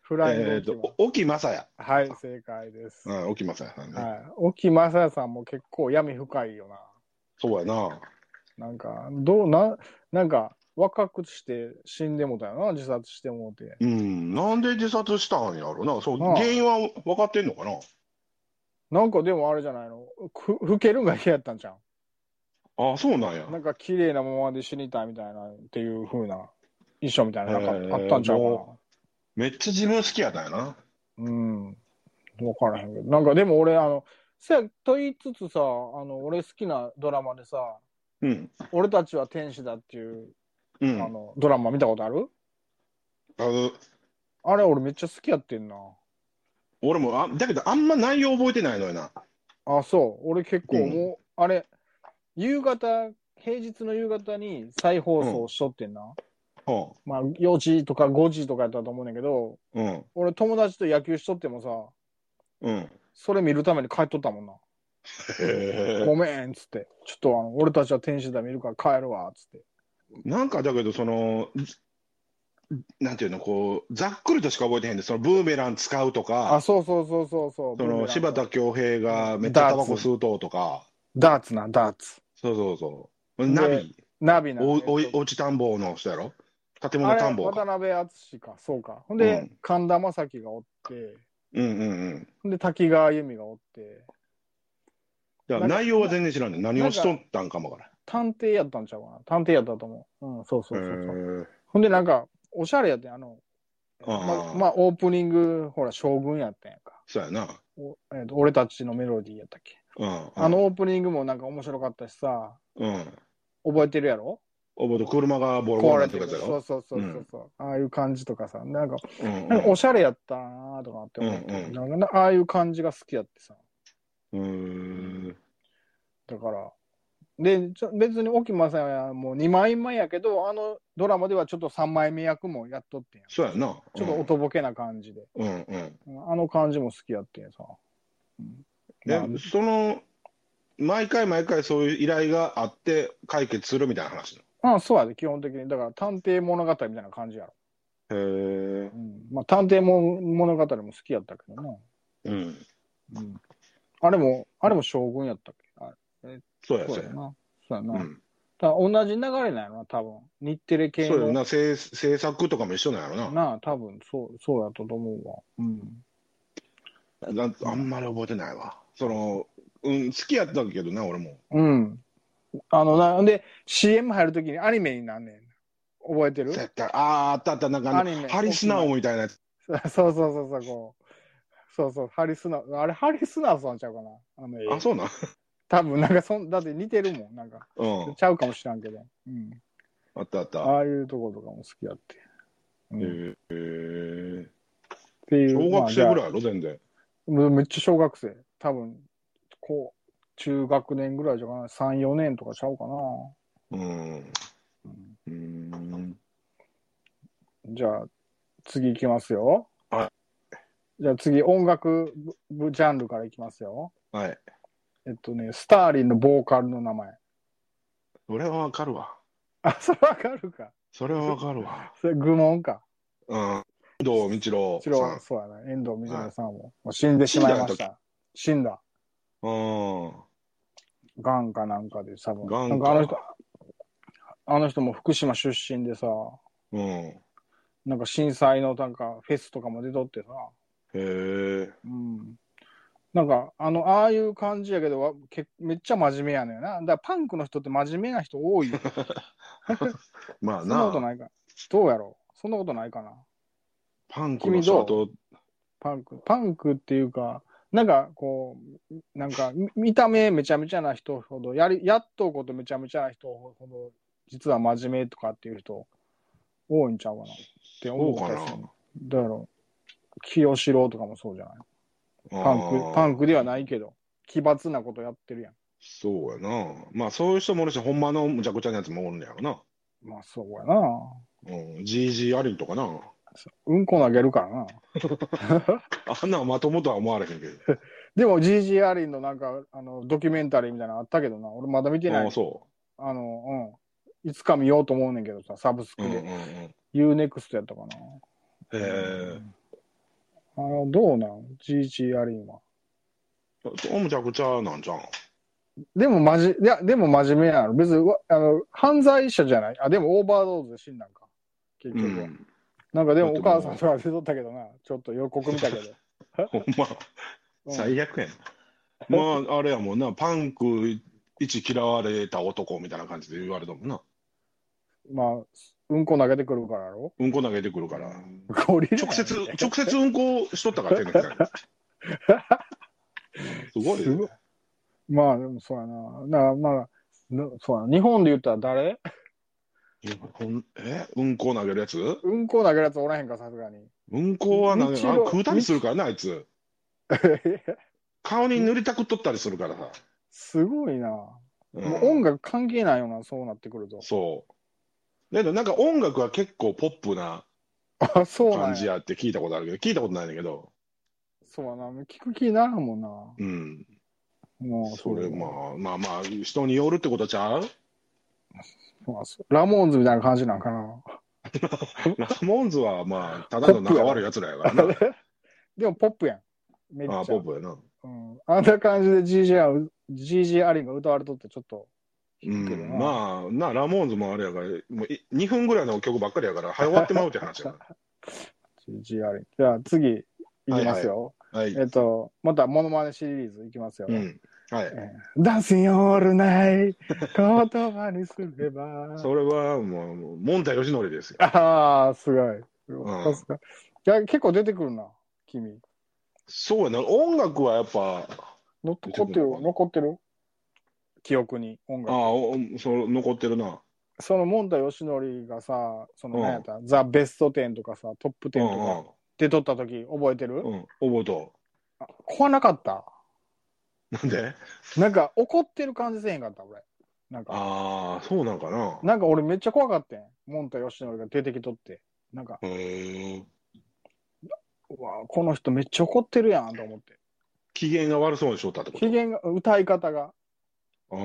Speaker 1: フライング
Speaker 2: えー
Speaker 1: 沖は
Speaker 2: と、オキマサヤ。
Speaker 1: はい、正解です。
Speaker 2: うん、オキマサヤさんね。
Speaker 1: はい。沖正也さんも結構闇深いよ
Speaker 2: そうやな。
Speaker 1: な。なんか、どうな、なんか、若くして死んでもうたよな、自殺してもうて。
Speaker 2: うん、なんで自殺したんやろな。そう、
Speaker 1: ああ
Speaker 2: 原因は分かってんのかな。
Speaker 1: なんかでもあれじゃないの、ふ老けるんが嫌やったんじゃん。
Speaker 2: ああ、そうなんや。
Speaker 1: なんか綺麗なままで死にたいみたいな、っていう風な衣装みたいな、なんか
Speaker 2: へー
Speaker 1: あったんちゃうかな
Speaker 2: も。めっちゃ自分好きやったんやな。
Speaker 1: うん。わからへんけど。なんかでも俺、あの、せやと言いつつさ、あの、俺好きなドラマでさ、
Speaker 2: うん。
Speaker 1: 俺たちは天使だっていう、あ
Speaker 2: うん。あの、
Speaker 1: の、ドラマ見たことあるあれ俺めっちゃ好きやってんな。
Speaker 2: 俺もあ、だけどあんま内容覚えてないのよな。
Speaker 1: あ、そう。俺結構
Speaker 2: うん
Speaker 1: もう、あれ、夕方、平日の夕方に再放送しとってんな。
Speaker 2: う
Speaker 1: まあ、4時とか5時とかやったと思うねんだけど、
Speaker 2: ん。うん。
Speaker 1: 俺友達と野球しとってもさ、
Speaker 2: うん。 へ
Speaker 1: それ見るために帰っとったもんな。
Speaker 2: え。
Speaker 1: ごめんっつって。ちょっとあの、俺たちは天使だ見るから帰るわっつって。
Speaker 2: なんかだけど、その、なんていうの、こう、ざっくりとしか覚えてへんで、そのブーメラン使うと
Speaker 1: あ、
Speaker 2: か、
Speaker 1: そうそうそうそうそう。
Speaker 2: そ
Speaker 1: ブーメラ
Speaker 2: の
Speaker 1: ン
Speaker 2: 柴田恭平がめっちゃタバコ吸うとうとか、
Speaker 1: ダーツな、ダーツ。
Speaker 2: そうそうそう。ナビ、
Speaker 1: ナビな。
Speaker 2: おおおうち田んぼの人やろ建物
Speaker 1: あれ
Speaker 2: 田んぼか。
Speaker 1: 渡辺淳か、そうか。ほんで、
Speaker 2: うん
Speaker 1: 神田正輝がおって、
Speaker 2: うんうんうん。
Speaker 1: ほんで、滝川由美がおって、
Speaker 2: だから内容は全然知らんねん何をしとったんかもわか
Speaker 1: 探偵やったんちゃうかな。探偵やったと思う。うん、そうそう
Speaker 2: ら
Speaker 1: そうそう。
Speaker 2: ん。へえ
Speaker 1: ほんで、なんか、おしゃれやってん、あの、
Speaker 2: あ
Speaker 1: ま
Speaker 2: あ、
Speaker 1: まあ、オープニング、ほら、将軍やったんやんか。
Speaker 2: そうやな。
Speaker 1: おえーと俺たちのメロディーやったっけ。
Speaker 2: うん。
Speaker 1: あ、のオープニングもなんか面白かったしさ、
Speaker 2: うん。
Speaker 1: 覚えてるやろ
Speaker 2: おぼと車がボロボ
Speaker 1: 壊
Speaker 2: ロ
Speaker 1: れ
Speaker 2: に
Speaker 1: て
Speaker 2: な
Speaker 1: る
Speaker 2: ってるや
Speaker 1: そう
Speaker 2: ろ。
Speaker 1: そうそうそうそう、ああいう感じとかさ、なんか、
Speaker 2: うん
Speaker 1: なんかおしゃれやったなとかって思って、
Speaker 2: うんうん
Speaker 1: なんかなああいう感じが好きやってさ。
Speaker 2: うん。う
Speaker 1: だから、で、ちょ別に沖正也も2枚目やけど、あのドラマではちょっと3枚目役もやっとってんやん。ち
Speaker 2: そうやな。
Speaker 1: ょっとおとぼけな感じで。
Speaker 2: うんうん。
Speaker 1: うんあの感じも好きやってんさ。うん
Speaker 2: で、
Speaker 1: まあ
Speaker 2: その、毎回毎回そういう依頼があって解決するみたいな話
Speaker 1: まあ、そうやで、基本的に。だから、探偵物語みたいな感じやろ。
Speaker 2: なの。へえ。
Speaker 1: うん、まあ、探偵も物語も好きやったけどな。
Speaker 2: うん。
Speaker 1: うん、あれも、あれも将軍やったっけあ
Speaker 2: そう
Speaker 1: れ
Speaker 2: や、
Speaker 1: そ
Speaker 2: そうう
Speaker 1: や
Speaker 2: や。
Speaker 1: な。そうやな。
Speaker 2: う
Speaker 1: だ
Speaker 2: ん。
Speaker 1: から同じ流れなんやろな、多分。日テレ系
Speaker 2: そうや
Speaker 1: の。
Speaker 2: な。制制作とかも一緒なんやろな。
Speaker 1: なあ、多分、そう、そうやったと思うわ。うん。
Speaker 2: なあんまり覚えてないわ。その、うん、好きやったけどな、俺も。
Speaker 1: うん。あの、なんで、CM 入るときにアニメになんねん。覚えてる
Speaker 2: そうやったああー、あったあった、なんかあ
Speaker 1: アニメ
Speaker 2: の、ハリスナオみたいなやつ。
Speaker 1: そうそうそうそう、こう。そうそう、ハリスナ、あれ、ハリスナーさんちゃうかな。あの絵
Speaker 2: あ、そうなん。
Speaker 1: 多分、なんかそん、だって似てるもん、なんか。
Speaker 2: うん。
Speaker 1: ちゃうかもしらんけど。うん。
Speaker 2: あったあった。
Speaker 1: ああいうとことかも好きやって。うん
Speaker 2: へえ。
Speaker 1: っていう。
Speaker 2: 小
Speaker 1: まあ
Speaker 2: 学
Speaker 1: じゃ
Speaker 2: 生
Speaker 1: あ
Speaker 2: ぐらいやろ、全然。
Speaker 1: もうめっちゃ小学生。多分、こう、中学年ぐらいじゃかな。3、4年とかちゃうかな。
Speaker 2: うん。うん。
Speaker 1: じゃあ、次行きますよ。。
Speaker 2: はい
Speaker 1: じゃあ次、音楽部ジャンルからいきますよ。
Speaker 2: はい。
Speaker 1: えっとね、スターリンのボーカルの名前。
Speaker 2: それはわかるわ。
Speaker 1: あ、それわかるか。
Speaker 2: それはわかるわ。
Speaker 1: それ、愚問か。
Speaker 2: うん。遠藤道
Speaker 1: 一
Speaker 2: 郎さ
Speaker 1: 郎、
Speaker 2: ん。
Speaker 1: そうやな。遠藤みずさんも,、もう死んでしまいました。死んだ。
Speaker 2: う
Speaker 1: ガンかなんかで、多分。
Speaker 2: ガンか
Speaker 1: なんかあの人、あの人も福島出身でさ、
Speaker 2: ん。うん。へ
Speaker 1: なんか震災のなんかフェスとかも出とってさ、
Speaker 2: え。
Speaker 1: うん。なんか、あの、ああいう感じやけど、わけめっちゃ真面目やのよな。だからパンクの人って真面目な人多いよ。
Speaker 2: まあ
Speaker 1: そんな
Speaker 2: な
Speaker 1: こと、ないか。どうやろうそんなことないかな。
Speaker 2: パンクの人と、
Speaker 1: パンク。パンクっていうか、なんかこう、なんかみ見た目めちゃめちゃな人ほど、やり、やっとうことめちゃめちゃな人ほど、実は真面目とかっていう人多いんちゃうかなって思
Speaker 2: そううか
Speaker 1: か
Speaker 2: な
Speaker 1: ら。。だろう。清志郎とかもそうじゃないパン
Speaker 2: あ
Speaker 1: ク、
Speaker 2: ー
Speaker 1: パンクではないけど、奇抜なことやってるやん。
Speaker 2: そうやな。まあそういう人もおるし、ほんまのむちゃくちゃなやつもおるんねやろな。
Speaker 1: まあそうやな。
Speaker 2: うん。GG アリンとかな。
Speaker 1: うんこ投げるからな。
Speaker 2: あんなんまともとは思われへんけど。
Speaker 1: でも GG アリンのなんか、あの、ドキュメンタリーみたいなのあったけどな。俺まだ見てな
Speaker 2: ああ、
Speaker 1: い。
Speaker 2: そ
Speaker 1: あの、うん。いつか見ようと思うねんけどさ、サブス
Speaker 2: う。
Speaker 1: ク
Speaker 2: うんうんう
Speaker 1: で。
Speaker 2: ん。へ
Speaker 1: UNEXT やったかな。
Speaker 2: え。
Speaker 1: あの、どうなん ?GG アリンは。
Speaker 2: そうむちゃくちゃなんじゃん。
Speaker 1: でもまじ、いや、でも真面目やろ。別に、わあの、犯罪者じゃない。あ、でもオーバードーズで死んだんか。結
Speaker 2: う
Speaker 1: 局は。
Speaker 2: ん。
Speaker 1: なんかでもお母さんとか出とったけどな。ちょっと予告見たけど。
Speaker 2: ほんま。
Speaker 1: うん
Speaker 2: 最悪やん。まあ、あれやもんな、パンク一嫌われた男みたいな感じで言われたもんな。
Speaker 1: まあ、うんこ投げてくるからやろ
Speaker 2: うんこ投げてくるから。
Speaker 1: ゴリラや
Speaker 2: 直
Speaker 1: ん
Speaker 2: 接、直接うんこしとったから、手のひらに。そごいよね。
Speaker 1: まあ、でもそうやな。だからまあ、のそうやな日本で言ったら誰
Speaker 2: ほんえうんこ投げるやつ
Speaker 1: うんこ投げるやつおらへんか、さすがに。
Speaker 2: うんこは投げる
Speaker 1: 道
Speaker 2: あ
Speaker 1: の
Speaker 2: 食うたりするからな、あい つ。顔に塗りたくっとったりするからさ。
Speaker 1: すごいな。
Speaker 2: うん
Speaker 1: もう音楽関係ないよな、そうなってくると。
Speaker 2: そう。だけどなんか音楽は結構ポップな
Speaker 1: あ、そうな
Speaker 2: 感
Speaker 1: ん
Speaker 2: じ
Speaker 1: や。
Speaker 2: やって聞いたことあるけど、聞いたことないんだけど、
Speaker 1: そうやな。聞く気にならんもんな。
Speaker 2: うん。
Speaker 1: もう、
Speaker 2: それ、ま
Speaker 1: も
Speaker 2: あまあまあ、人によるってことち ゃう
Speaker 1: まあそうラモーンズみたいな感じなんかな。
Speaker 2: ラモンズはまあ、ただの仲悪いやつらや からな。
Speaker 1: でも、ポップやん。めっちゃ。
Speaker 2: ああ、ポップやな。
Speaker 1: うん。あんな感じで GG アン、GG アリンが歌われとってちょっと
Speaker 2: う
Speaker 1: くるな。
Speaker 2: ん、まあ、な、ラモーンズもあれやから、もうい2分ぐらいの曲ばっかりやから、早終わってまうって話やか
Speaker 1: GG アリン。じゃあ次、いきますよ。
Speaker 2: ら。はい。
Speaker 1: えっと、またモノマネシリーズいきますよ。
Speaker 2: うん。はい。
Speaker 1: ダンスンオールナイト、言葉にすれば。
Speaker 2: それはもう、モンタヨシノリですよ。
Speaker 1: ああ、すごい。
Speaker 2: ん
Speaker 1: さすがいや、結構出てくるな、君。
Speaker 2: そうやな、音楽はやっぱ、
Speaker 1: 残ってる、残ってる記憶に、音
Speaker 2: あ
Speaker 1: 楽。
Speaker 2: あ、おその残ってるな。
Speaker 1: その、もんたよしのりがさ、その、
Speaker 2: うん
Speaker 1: 何やった、ザ・ベスト10とかさ、トップ
Speaker 2: うん
Speaker 1: 10とか出とった時覚えてる
Speaker 2: うん。うん、覚えと
Speaker 1: 怖なかった。
Speaker 2: う。なんで
Speaker 1: なんか、怒ってる感じせえへんかった、俺。なんか、
Speaker 2: ああ、そうなんかな。
Speaker 1: なんか俺めっちゃ怖かったん。もんたよしのりが出てきとって。なんか、
Speaker 2: うーん。
Speaker 1: うわこの人めっちゃ怒ってるやんと思って。
Speaker 2: 機嫌が悪そうにしとったってこと
Speaker 1: 機嫌が、歌い方が、な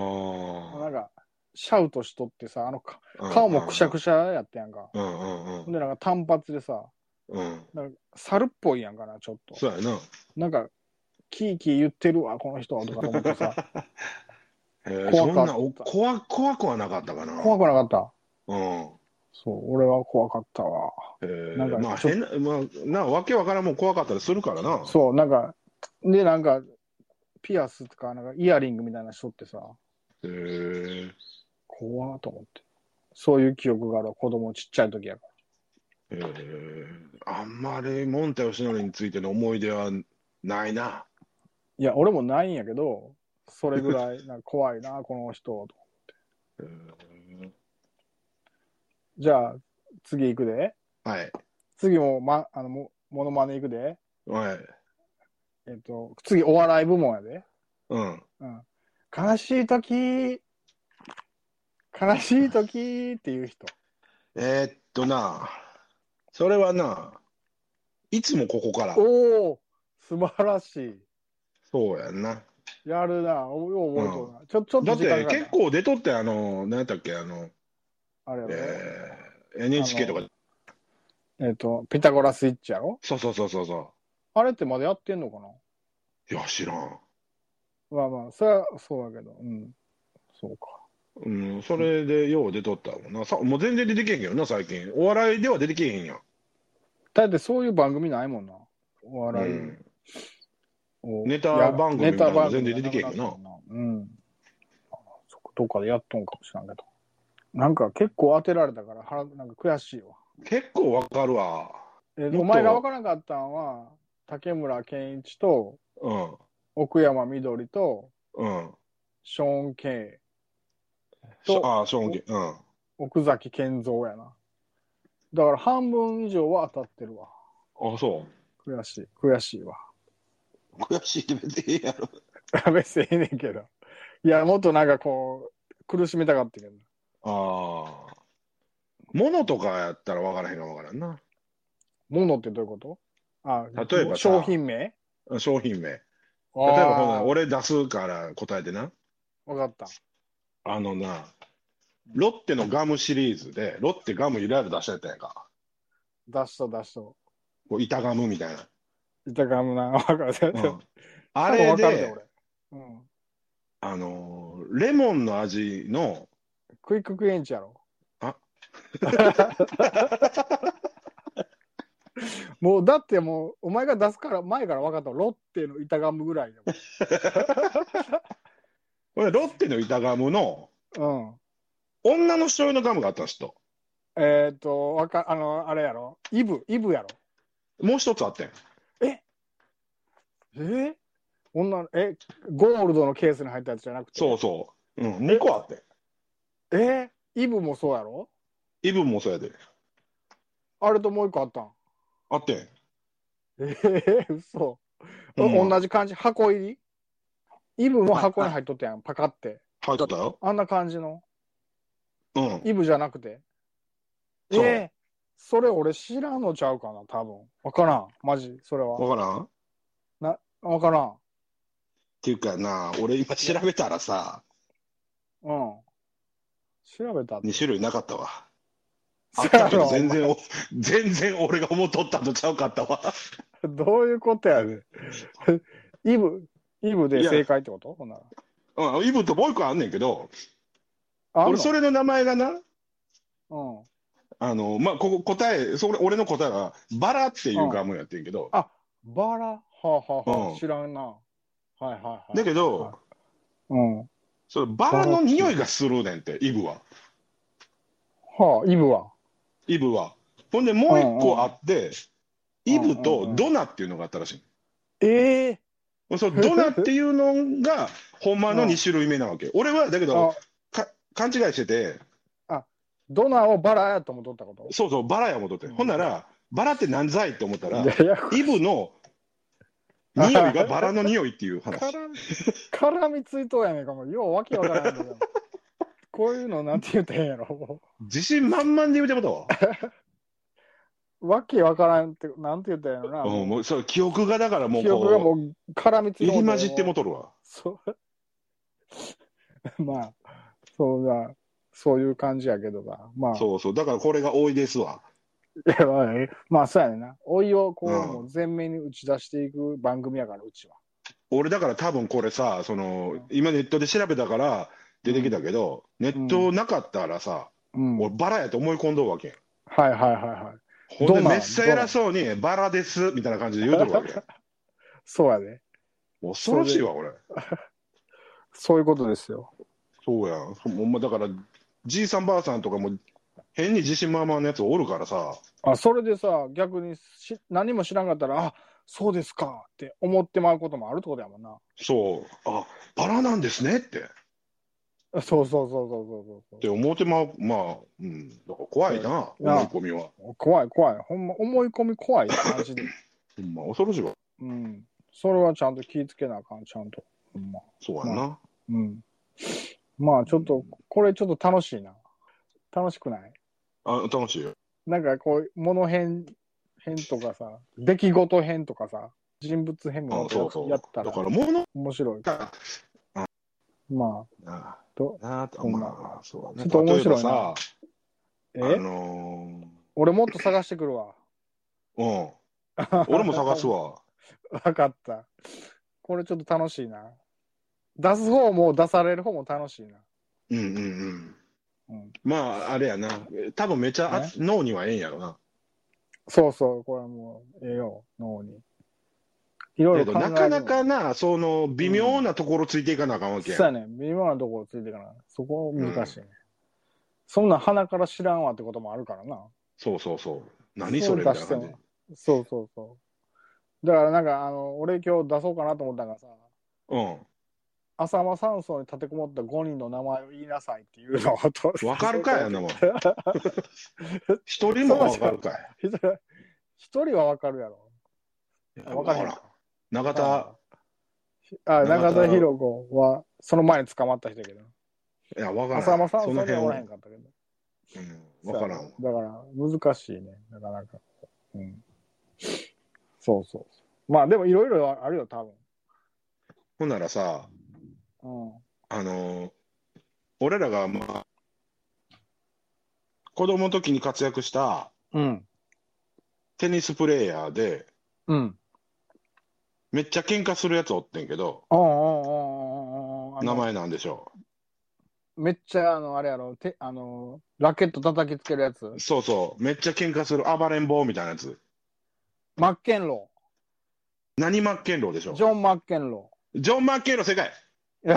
Speaker 2: あ
Speaker 1: んか、シャウトしとってさ、あのか、
Speaker 2: あ。
Speaker 1: 顔もくしゃく
Speaker 2: し
Speaker 1: しゃやったやんか。
Speaker 2: ゃ。うんうんう
Speaker 1: ほん
Speaker 2: ん。
Speaker 1: で、なんか単発でさ、
Speaker 2: うん。
Speaker 1: なんか猿っぽいやんかな、ちょっと。
Speaker 2: そうやな。
Speaker 1: なんか、キーキー言ってるわ、この人は、とか思ってさ、
Speaker 2: えー、そ
Speaker 1: 怖か
Speaker 2: ん
Speaker 1: った
Speaker 2: なお怖、怖くはなかったかな。
Speaker 1: 怖くなかった。
Speaker 2: うん。
Speaker 1: そう、俺は怖かったわ。
Speaker 2: えー、
Speaker 1: なんか
Speaker 2: まあ
Speaker 1: ちょ
Speaker 2: 変な、まあ、な、わけわからんもん怖かったりするからな。
Speaker 1: そう、なんか、で、なんか、ピアスとか、なんかイヤリングみたいな人ってさ、
Speaker 2: えー、
Speaker 1: 怖ーと思って。そういう記憶があるわ子供ちっちゃい時やか
Speaker 2: えー、あんまりモンタヨシノリについての思い出はないな。
Speaker 1: ら。いや、俺もないんやけど、それぐらい、なんか怖いな、この人、と
Speaker 2: えー
Speaker 1: じゃあ、次行くで。
Speaker 2: はい。
Speaker 1: 次も、ま、あの、も、モノマネ行くで。
Speaker 2: はい。
Speaker 1: えっ、と、次、お笑い部門やで。
Speaker 2: うん。
Speaker 1: うん。悲しい時悲しい時っていう人。
Speaker 2: えー、っとな、それはな、いつもここから。
Speaker 1: おお素晴らしい。
Speaker 2: そうやんな。
Speaker 1: やるな。およう覚えとるな。ちょ、ちょっ
Speaker 2: だ
Speaker 1: と
Speaker 2: っ
Speaker 1: 時間
Speaker 2: て
Speaker 1: が
Speaker 2: 結構出とって、あの、何やったっけ、あの、
Speaker 1: あれやろ。
Speaker 2: えー、NHK とか、
Speaker 1: えっ、と、ピタゴラスイッチやろ
Speaker 2: そうそうそうそうそ
Speaker 1: あれってまだやってんのかな
Speaker 2: う。いや、知らん。
Speaker 1: まあまあ、それはそうだけど。うん。そうか。
Speaker 2: うん、それでよう出とったもんな。さもう全然出てけへんけどな、最近。お笑いでは出てけへんやん。
Speaker 1: だってそういう番組ないもんな。お
Speaker 2: う
Speaker 1: 笑い。
Speaker 2: ん、
Speaker 1: お
Speaker 2: ネタ番組
Speaker 1: ネタ番組
Speaker 2: みたいなの全然出てけへんけど
Speaker 1: が
Speaker 2: な
Speaker 1: くったもんな。うん。そこどっかでやっとんかもしれんけど。なんか結構当てられたから、腹なんか悔しいわ。
Speaker 2: 結構わかるわ。
Speaker 1: え
Speaker 2: っと
Speaker 1: お前が分からなかったんは、竹村健一と
Speaker 2: うん。
Speaker 1: 奥山みどりと
Speaker 2: うん。
Speaker 1: ショーン・ケイ
Speaker 2: し
Speaker 1: と
Speaker 2: ああ、ショーンケン。うん。
Speaker 1: 奥崎健三やな。だから半分以上は当たってるわ。
Speaker 2: あ、そう。
Speaker 1: 悔しい、悔しいわ。
Speaker 2: 悔しいって別にいいやろ。
Speaker 1: 別にええねんけど。いや、もっとなんかこう、苦しめたかったけど。
Speaker 2: ああ。物とかやったら分からへんかも分からんな。
Speaker 1: ものってどういうことあ
Speaker 2: 例えばさ
Speaker 1: 商品名
Speaker 2: 商品名。例え
Speaker 1: 例
Speaker 2: ばほな、俺出すから答えてな。
Speaker 1: 分かった。
Speaker 2: あのな、ロッテのガムシリーズで、ロッテガムいろいろ出したやったやんか。
Speaker 1: 出した出した。
Speaker 2: こう板ガムみたいな。
Speaker 1: 板ガムな、分かる。
Speaker 2: うん、
Speaker 1: 多
Speaker 2: あ
Speaker 1: 分
Speaker 2: れ
Speaker 1: 分かるで、
Speaker 2: で、
Speaker 1: 俺。うん。
Speaker 2: あのーレモンの味の、
Speaker 1: クイッククエンチやろ。
Speaker 2: あ
Speaker 1: もうだってもうお前が出すから前から分かったロッテの板ガムぐらいだ
Speaker 2: これロッテの板ガムの、
Speaker 1: もん。うん。
Speaker 2: 女の人用のガムがあったんですと。
Speaker 1: えっ、とわかあのあれやろイブイブやろ。
Speaker 2: もう一つあってん。
Speaker 1: えー、女の、え、ゴールドのケースに入ったやつじゃなくて。
Speaker 2: そうそう。うん、2個あって。
Speaker 1: えイブもそうやろ
Speaker 2: イブもそうやで。
Speaker 1: あれともう一個あったん。
Speaker 2: あってん。
Speaker 1: ええ 嘘。
Speaker 2: うん
Speaker 1: 同じ感じ、箱入りイブも箱に入っとったやん、パカって。
Speaker 2: 入ったよ。
Speaker 1: あんな感じの。
Speaker 2: うん。
Speaker 1: イブじゃなくて。え
Speaker 2: そう
Speaker 1: えそれ俺知らんのちゃうかな、多分。わからん。マジ、それは。
Speaker 2: わからんっ
Speaker 1: わからん。
Speaker 2: ていうかな、俺今調べたらさ、
Speaker 1: うん。調べたって
Speaker 2: 2種類なかったわ。あ
Speaker 1: そ
Speaker 2: っ
Speaker 1: う や
Speaker 2: たけ
Speaker 1: ろ
Speaker 2: ど、全然お、 全然俺が思っとったのちゃうかったわ。
Speaker 1: どういうことやねん。 イブ、イブで正解ってことほんなら。
Speaker 2: うん、イブともう一個あんねんけど、
Speaker 1: あん
Speaker 2: 俺
Speaker 1: の
Speaker 2: それの名前がな、
Speaker 1: うん。
Speaker 2: あの、まあ、ここ答え、それ俺の答えが、バラっていうガムやってんけど、
Speaker 1: バラはあ、はあは
Speaker 2: う
Speaker 1: あ、
Speaker 2: ん
Speaker 1: 知らんな。はいはいはい。
Speaker 2: だけ
Speaker 1: はい
Speaker 2: ど、、
Speaker 1: うん。は
Speaker 2: それバラの匂いがするねんって、イブは。
Speaker 1: あ、イブは。
Speaker 2: イブは。ほんで、もう一個あって、
Speaker 1: うんうん
Speaker 2: イブとドナっていうのがあったらしい。
Speaker 1: ええ
Speaker 2: そのドナっていうのが、ほんまの2種類目なわけ。俺は、だけど、
Speaker 1: あ、
Speaker 2: か勘違いしてて、
Speaker 1: ドナーをバラやと思っとったこ
Speaker 2: そうそう、バラや思っとって。
Speaker 1: うん
Speaker 2: ほんなら、バラって何ぞいって思った
Speaker 1: と
Speaker 2: ら、
Speaker 1: ややこ
Speaker 2: イブの匂いがバラの匂いっていう話。
Speaker 1: 絡み、 絡みついとうやねんかも。ようわけわからんけど。こういうのなんて言うたらええんやろ。も
Speaker 2: 自信満々で言うてもたわ。
Speaker 1: うわけわからんって、なんて言うたらええのな。
Speaker 2: うん、もうそれ記憶がだからもう
Speaker 1: 記憶がも
Speaker 2: こ
Speaker 1: う絡みつ
Speaker 2: う、
Speaker 1: い
Speaker 2: 入
Speaker 1: う
Speaker 2: り混じってもとるわ。
Speaker 1: そう。 まあ、そうだ、そういう感じやけどな。まあ、
Speaker 2: そうそう、だからこれが多いですわ。
Speaker 1: いや まあえまあ、そうやねんな。老いをこう、
Speaker 2: うん
Speaker 1: もう全面に打ち出していく番組やから、うちは。
Speaker 2: 俺だから多分これさ、その
Speaker 1: うん
Speaker 2: 今ネットで調べたから出てきたけど、ネットなかったらさ、
Speaker 1: うん。はい
Speaker 2: 俺バラやと思い込んどるわけやん。
Speaker 1: はいはいはい。
Speaker 2: ほん
Speaker 1: ど
Speaker 2: で
Speaker 1: うなん
Speaker 2: めっちゃ偉そうにバラですみたいな感じで言うとる わけやん。
Speaker 1: そうやね。
Speaker 2: 恐ろしいわ、俺。
Speaker 1: そういうことですよ。
Speaker 2: そうやん。ほんまだから、じいさんばあさんとかも変に自信満々のやつおるからさ、
Speaker 1: あ、それでさ、逆にし何も知らんかったら、あ、そうですかって思ってまうこともあるってことやもんな。
Speaker 2: そう、あバラなんですねって。
Speaker 1: あそうそうそうそうそうそう
Speaker 2: っ
Speaker 1: そ
Speaker 2: て思ってまう、まあ、うん、だから怖いな、
Speaker 1: うん
Speaker 2: 思い込みは。
Speaker 1: う。怖い怖い。ほんま、思い込み怖い感 じで。
Speaker 2: ほんま恐ろしいわ。
Speaker 1: うん。それはちゃんと気ぃつけなあかん、ちゃんと。ほんま。
Speaker 2: そうやんな。
Speaker 1: うん。まあちょっと、これちょっと楽しいな。楽しくない
Speaker 2: あ、楽しいよ。
Speaker 1: なんかこう、物編、編とかさ、出来事編とかさ、人物編
Speaker 2: あ
Speaker 1: も
Speaker 2: そうそう。
Speaker 1: や
Speaker 2: だ
Speaker 1: っ
Speaker 2: か
Speaker 1: た
Speaker 2: ら、
Speaker 1: ら
Speaker 2: 物
Speaker 1: 面白い。
Speaker 2: が、
Speaker 1: まあ、
Speaker 2: な
Speaker 1: ど
Speaker 2: あ、
Speaker 1: ほんま
Speaker 2: まあ、そうだ
Speaker 1: ちょっと
Speaker 2: ね。
Speaker 1: 面
Speaker 2: 例え
Speaker 1: 白
Speaker 2: ば
Speaker 1: いな
Speaker 2: さ、あ
Speaker 1: え
Speaker 2: の
Speaker 1: 俺もっと探してくるわ。
Speaker 2: ー、うん、俺も探すわ。
Speaker 1: わかった。これちょっと楽しいな。出す方も出される方も楽しいな。
Speaker 2: うんうんうん。
Speaker 1: うん、
Speaker 2: まあ、あれやな。多分めっちゃあ脳にはええんやろな。
Speaker 1: そうそう、これはもう、ええよ、脳に。いろい
Speaker 2: だ
Speaker 1: ろ
Speaker 2: け
Speaker 1: 考
Speaker 2: ど、
Speaker 1: える
Speaker 2: なかなかな、その、微妙なところついていかなあかんわけや。
Speaker 1: そうやね。微妙なところついてから、そこ難しいね。そんなん鼻から知らんわってこともあるからな。
Speaker 2: そうそうそう。何それ
Speaker 1: そう出
Speaker 2: みたいな
Speaker 1: して
Speaker 2: 感
Speaker 1: も
Speaker 2: じ。
Speaker 1: そうそうそう。だからなんか、あの、俺今日出そうかなと思ったからさ、
Speaker 2: う
Speaker 1: 浅間山荘に立てこもった5人の名前を言いなさいっていうのをと
Speaker 2: ん。わかるかい、あんなもん。一人もわかるかい。
Speaker 1: 一人 一人はわかるやろ。わかる
Speaker 2: ほら、永田、
Speaker 1: あ、中
Speaker 2: 中
Speaker 1: 田
Speaker 2: 田
Speaker 1: 博子は、その前に捕まった人やけど。
Speaker 2: いや、わからん。
Speaker 1: 浅間山
Speaker 2: そ
Speaker 1: 荘に
Speaker 2: の
Speaker 1: は
Speaker 2: 辺
Speaker 1: おらへ
Speaker 2: は
Speaker 1: ん、かったけど。
Speaker 2: うん、わからんわ。
Speaker 1: だから、難しいね。なかなか。うん。そうそうそう。まあ、でもいろいろあるよ、多
Speaker 2: ほんならさ、
Speaker 1: 分。
Speaker 2: あのー俺らが、まあ、子供の時に活躍した
Speaker 1: うん。うん。
Speaker 2: テニスプレーヤーで、
Speaker 1: うん。
Speaker 2: めっちゃ喧嘩するやつおってんけど、
Speaker 1: ああ、ああ、ああ。
Speaker 2: 名前なんでしょ
Speaker 1: めっちゃ、あの、あれやろ、てあの、ラケット叩きつけるやつ
Speaker 2: う。。そうそう、めっちゃ喧嘩する暴れん坊みたいなやつ。
Speaker 1: マッケンロ
Speaker 2: 何マッケンローでしょ
Speaker 1: ー。ジョン・マッケンロ
Speaker 2: ジョン・マッケンロー世界
Speaker 1: ー。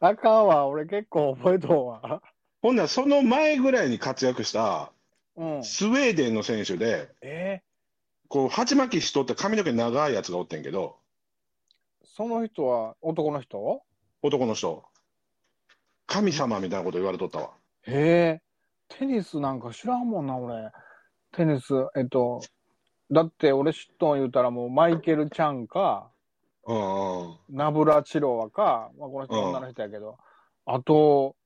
Speaker 1: あかんわ、俺結構覚えとうわ。
Speaker 2: ほんならその前ぐらいに活躍した
Speaker 1: うん。
Speaker 2: スウェーデンの選手で、
Speaker 1: え
Speaker 2: こう、鉢巻きしとって髪の毛長いやつがおってんけど、
Speaker 1: その人は男の人
Speaker 2: 男の人。神様みたいなこと言われとったわ。
Speaker 1: へえ。テニスなんか知らんもんな、俺。テニス、えっと、だって俺知っとん言うたらもうマイケル・チャンか、
Speaker 2: うんうん。
Speaker 1: ナブラ・チロワか、まあ、この人
Speaker 2: うん
Speaker 1: 女の人やけど、あと、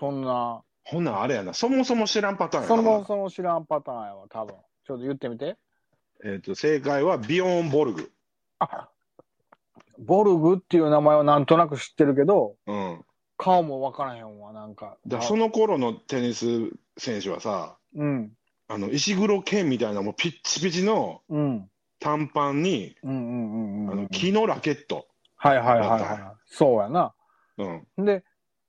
Speaker 1: そんな、
Speaker 2: ほんなんあれやな。そもそも知らんパターンやな
Speaker 1: そもそも知らんパターンやわ、多分。ちょっと言ってみて。
Speaker 2: えっと、正解はビヨーン・ボルグ。
Speaker 1: あボルグっていう名前はなんとなく知ってるけど、
Speaker 2: うん。
Speaker 1: 顔もわからへんわ、なんか。
Speaker 2: だその頃のテニス選手はさ、
Speaker 1: うん、
Speaker 2: あの、石黒剣みたいなもうピッチピチの
Speaker 1: うん、
Speaker 2: 短パンに、
Speaker 1: うん、うん、うんうん。
Speaker 2: あの、木のラケット。
Speaker 1: はいはいはいはい
Speaker 2: わか
Speaker 1: はい。そうやな。
Speaker 2: うん。
Speaker 1: で、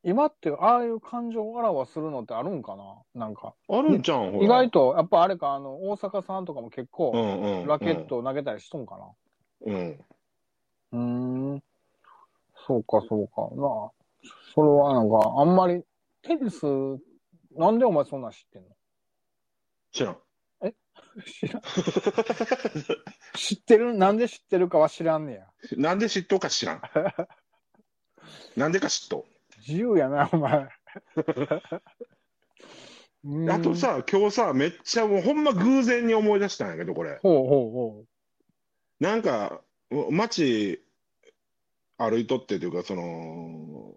Speaker 1: 今ってああいう感情をあらわするのってあるんかななんか。
Speaker 2: あるんちゃうん、ほら。
Speaker 1: 意外と、やっぱあれか、あの、大阪さんとかも結
Speaker 2: う
Speaker 1: 構、
Speaker 2: んうんうん。
Speaker 1: ラケットを投げたりしとんかな。
Speaker 2: うん。
Speaker 1: うーん。そうか、そうか。まあ、それはなんか、あんまり、テニス、なんでお前そんなん知ってんの
Speaker 2: 知らん。
Speaker 1: 知 らん。知ってるなんで知ってるかは知らんねや。
Speaker 2: なんで嫉妬か 知らん。なんでか嫉妬。
Speaker 1: 自由やな、お 前。うーん
Speaker 2: あと。さ、今日さ、めっちゃもうほんま偶然に思い出したんやけど、これ。
Speaker 1: ほうほ
Speaker 2: なんか、街歩いとってというか、その、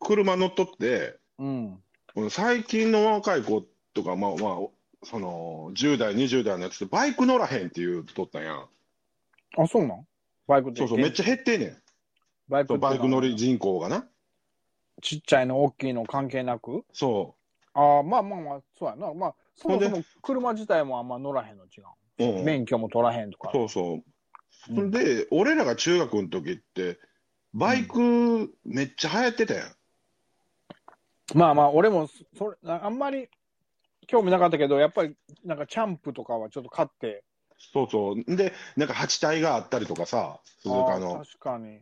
Speaker 2: 車乗っとって、
Speaker 1: うほう。うん。
Speaker 2: 最近の若い子とか、まあまあ、その、10代、20代のやつってバイク乗らへんって言うとったんや。
Speaker 1: あ、そうなんバイクって
Speaker 2: そうそう、めっちゃ減ってんねん。
Speaker 1: バイク
Speaker 2: そ
Speaker 1: っ
Speaker 2: う
Speaker 1: てのは
Speaker 2: バイク乗り人口がな。
Speaker 1: ちっちゃいの大きいの関係なく
Speaker 2: そ
Speaker 1: ああ、まあまあまあ、そうやな。まあ、そもそ
Speaker 2: ほ
Speaker 1: も車自体もあんま乗らへんの違う。
Speaker 2: う。うん。
Speaker 1: 免許も取らへんとか。
Speaker 2: そうそう。
Speaker 1: うん
Speaker 2: で、俺らが中学の時って、バイクめっちゃ流行ってたやん。
Speaker 1: まあまあ、俺もそそれ、ああんまり興味なかったけど、やっぱりなんかチャンプとかはちょっと買って、
Speaker 2: そうそう。で、なんか8体があったりとかさ、
Speaker 1: あ
Speaker 2: 鈴鹿
Speaker 1: ー
Speaker 2: の。
Speaker 1: 確かに。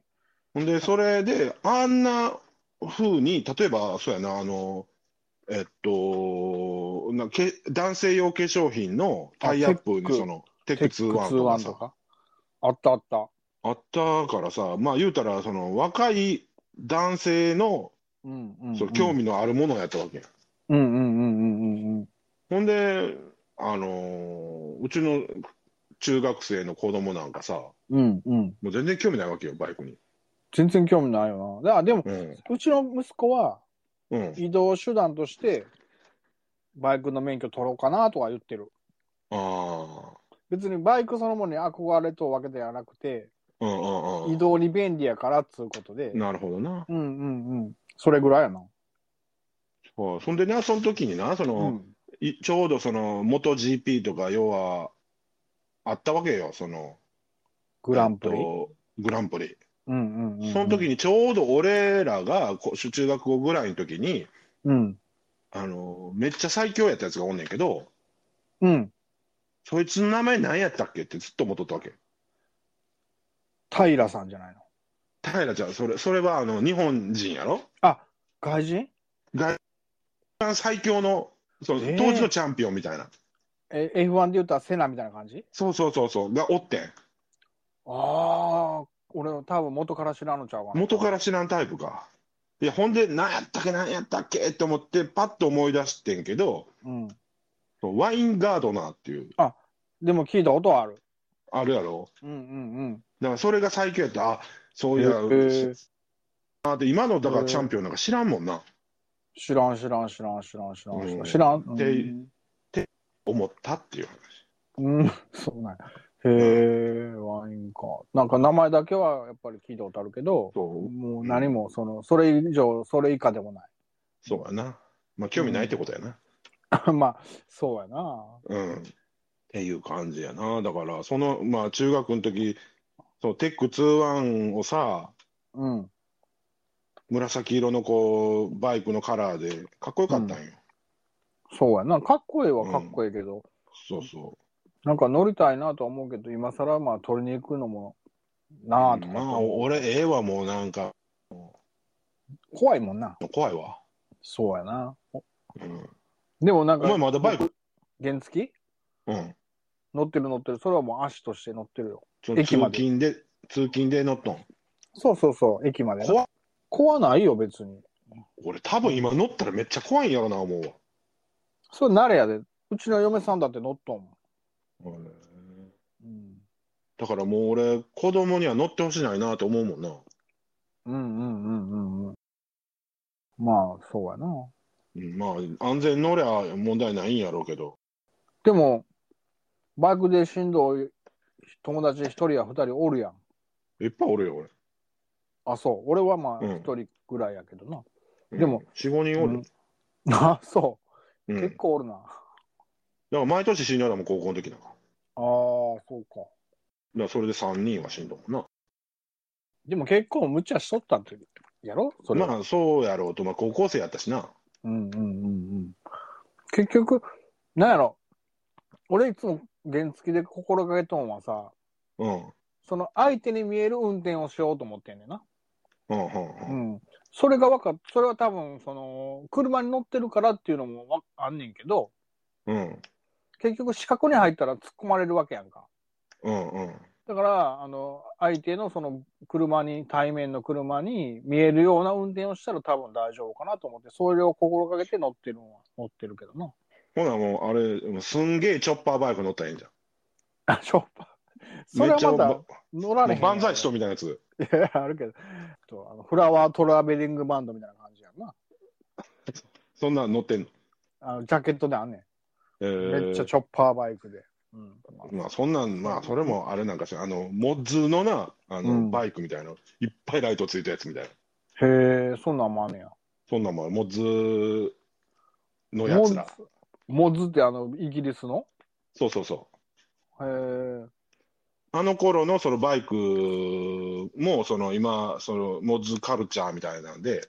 Speaker 2: ほんで、それで、あんな風に、例えば、そうやな、あの、えっと、なけ男性用化粧品のタイアップ
Speaker 1: あテック
Speaker 2: に、その、テッ
Speaker 1: テ
Speaker 2: ク
Speaker 1: ック
Speaker 2: 2-1
Speaker 1: 2-1
Speaker 2: と
Speaker 1: と
Speaker 2: かさ、
Speaker 1: か。あったあった。
Speaker 2: あったからさ、まあ言うたら、その、若い男性の、
Speaker 1: うんうん、うん。
Speaker 2: その、興味のあるものやったわけやん。
Speaker 1: うんうんうんうんうんうん。
Speaker 2: ほんで、あのーうちの中学生の子供なんかさ、も
Speaker 1: うんうん。
Speaker 2: う全然興味ないわけよ、バイクに。
Speaker 1: 全然興味ないよな。だからでも、
Speaker 2: うん。
Speaker 1: うちの息子は
Speaker 2: うん。
Speaker 1: 移動手段として、バイクの免許取ろうかなとは言ってる。
Speaker 2: ああ。
Speaker 1: 別にバイクそのものに憧れとわけではなくて、
Speaker 2: うんうんうん。
Speaker 1: 移動に便利やからっつうことで、
Speaker 2: なるほどな。
Speaker 1: うんうんうん。それぐらいやな。
Speaker 2: そうそんでな、その時にな、その、
Speaker 1: うん。
Speaker 2: いちょうどその、元 GP とか、要は、あったわけよ、その、
Speaker 1: グランプリ。
Speaker 2: えっとグランプリ。
Speaker 1: うんうんうんうん。
Speaker 2: その時にちょうど俺らが、こ中学校ぐらいの時に、
Speaker 1: うん。
Speaker 2: あの、めっちゃ最強やったやつがおんねんけど、
Speaker 1: うん。
Speaker 2: そいつの名前何やったっけってずっと思っとったわけ。
Speaker 1: 平さんじゃないの。
Speaker 2: 平ちゃん、それ、それはあの日本人やろ
Speaker 1: あ、外人
Speaker 2: 一番最強の、その
Speaker 1: えー
Speaker 2: 当時のチャンピオンみたいな。
Speaker 1: え、F1 で言ったらセナみたいな感じ
Speaker 2: そうそうそうそう、がおってん。
Speaker 1: ああ、俺多分元から知らんのちゃうかな。
Speaker 2: 元から知らんタイプか。いや、ほんで、何やったっけ、何やったっけって思って、パッと思い出してんけど、
Speaker 1: うん。
Speaker 2: ワインガードナーっていう、
Speaker 1: でも聞いたことはある。
Speaker 2: あるやろ。
Speaker 1: うんうん
Speaker 2: だからそれが最強やった。あ、そうい
Speaker 1: うん。え
Speaker 2: う、
Speaker 1: ー
Speaker 2: あで今のだからチャンピオンなんか知らんもんな、
Speaker 1: 知らん知らん知らん知らん知らん知ら。
Speaker 2: うんん
Speaker 1: 知らん。
Speaker 2: で
Speaker 1: うん
Speaker 2: 思ったっていう話。
Speaker 1: うん、そうなんやへえ、ワインか。なんか名前だけはやっぱり聞いたことあるけど、
Speaker 2: そう、
Speaker 1: もう何もその、それ以上、それ以下でもない。
Speaker 2: そうやな。まあ、興味ないってことやな。
Speaker 1: まあ、そうやな。
Speaker 2: うんっていう感じやな。だから、その、まあ、中学の時、そう、テック2-1をさ、
Speaker 1: うん。
Speaker 2: 紫色のこう、バイクのカラーで、かっこよかったんよ。
Speaker 1: そうやな。かっこいいはかっこいいけど、
Speaker 2: そうそ
Speaker 1: なんか乗りたいなとは思うけど、今更まあ取りに行くのも
Speaker 2: う。
Speaker 1: なあと
Speaker 2: ま
Speaker 1: か
Speaker 2: あ、、俺、絵はもうなんか、
Speaker 1: 怖いもんな。
Speaker 2: 怖いわ。
Speaker 1: そうやな。
Speaker 2: うん。
Speaker 1: でもなん
Speaker 2: お
Speaker 1: か、
Speaker 2: 前まだバイク
Speaker 1: 原付
Speaker 2: うん。
Speaker 1: 乗ってる乗ってる。それはもう足として乗ってるよ。
Speaker 2: その通
Speaker 1: 駅まで
Speaker 2: 勤で、通勤で乗っとん。
Speaker 1: そうそうそう、駅までな。
Speaker 2: 怖っ
Speaker 1: 怖ないよ、別に。
Speaker 2: 俺多分今乗ったらめっちゃ怖いんやろな、思うわ。
Speaker 1: それ慣れやで。うちの嫁さんだって乗っとんもん。
Speaker 2: だからもう俺、子供には乗ってほしないなと思うもんな。
Speaker 1: うん、うんうんうんうんうん。まあ、そうやな。
Speaker 2: うんまあ、安全に乗りゃ問題ないんやろうけど。
Speaker 1: でも、バイクでしんどい友達一人や二人おるやん。
Speaker 2: いっぱいおるよ、
Speaker 1: あ、そう。俺はまあ
Speaker 2: うん
Speaker 1: 一人ぐらいやけどな。
Speaker 2: 俺。
Speaker 1: でも
Speaker 2: 4、5人おる。
Speaker 1: あ、そうう。
Speaker 2: ん。だ
Speaker 1: 結
Speaker 2: か
Speaker 1: 構おるな。あ
Speaker 2: ら毎年死んだらもう高校の時なんか。だか
Speaker 1: あ、そうか。
Speaker 2: らそれで3人は死んだもんな。
Speaker 1: でも結構無茶しとったって、やろそれは。
Speaker 2: まあ、そうやろうと、まあ、高校生やったしな。
Speaker 1: うんうんうんうん。結局、なんやろ。俺いつも原付で心がけとんはさ、
Speaker 2: うん。うん、
Speaker 1: その相手に見える運転をしようと思ってんねんな。
Speaker 2: うん、
Speaker 1: う
Speaker 2: うん。
Speaker 1: ん。それがわかっ、それは多分、その、車に乗ってるからっていうのもわあんねんけど、
Speaker 2: うん、
Speaker 1: 結局四角に入ったら突っ込まれるわけやんか。
Speaker 2: うん、うん。
Speaker 1: だから、あの、相手のその車に、対面の車に見えるような運転をしたら多分大丈夫かなと思って、それを心がけて乗ってるのは乗ってるけどな。
Speaker 2: ほな、もう、あれ、もうすんげえチョッパーバイク乗ったらええんじゃん。
Speaker 1: あ、ちょっと。それはま
Speaker 2: め
Speaker 1: だ
Speaker 2: っち
Speaker 1: 乗
Speaker 2: ゃ
Speaker 1: られへ。
Speaker 2: ば、もうん万歳しとみたいなやつ。
Speaker 1: いや、 あるけど。とあのフラワートラベリングバンドみたいな感じやんな。
Speaker 2: そんなん乗ってんの。
Speaker 1: あのジャケットであんねん。
Speaker 2: えー
Speaker 1: めっちゃチョッパーバイクで。うん。
Speaker 2: まあ、そんなん、まあ、それもあれなんかしら、あの、モッズのな、あの、
Speaker 1: うん
Speaker 2: バイクみたいな、いっぱいライトついたやつみたいな。
Speaker 1: へえ、そんなんもあんねや。
Speaker 2: そんなんもあるモッズのやつら。
Speaker 1: モズってあの、イギリスの
Speaker 2: そうそうそう。
Speaker 1: へえ。
Speaker 2: あの頃のそのバイクも、その今、そのモッズカルチャーみたいなんで、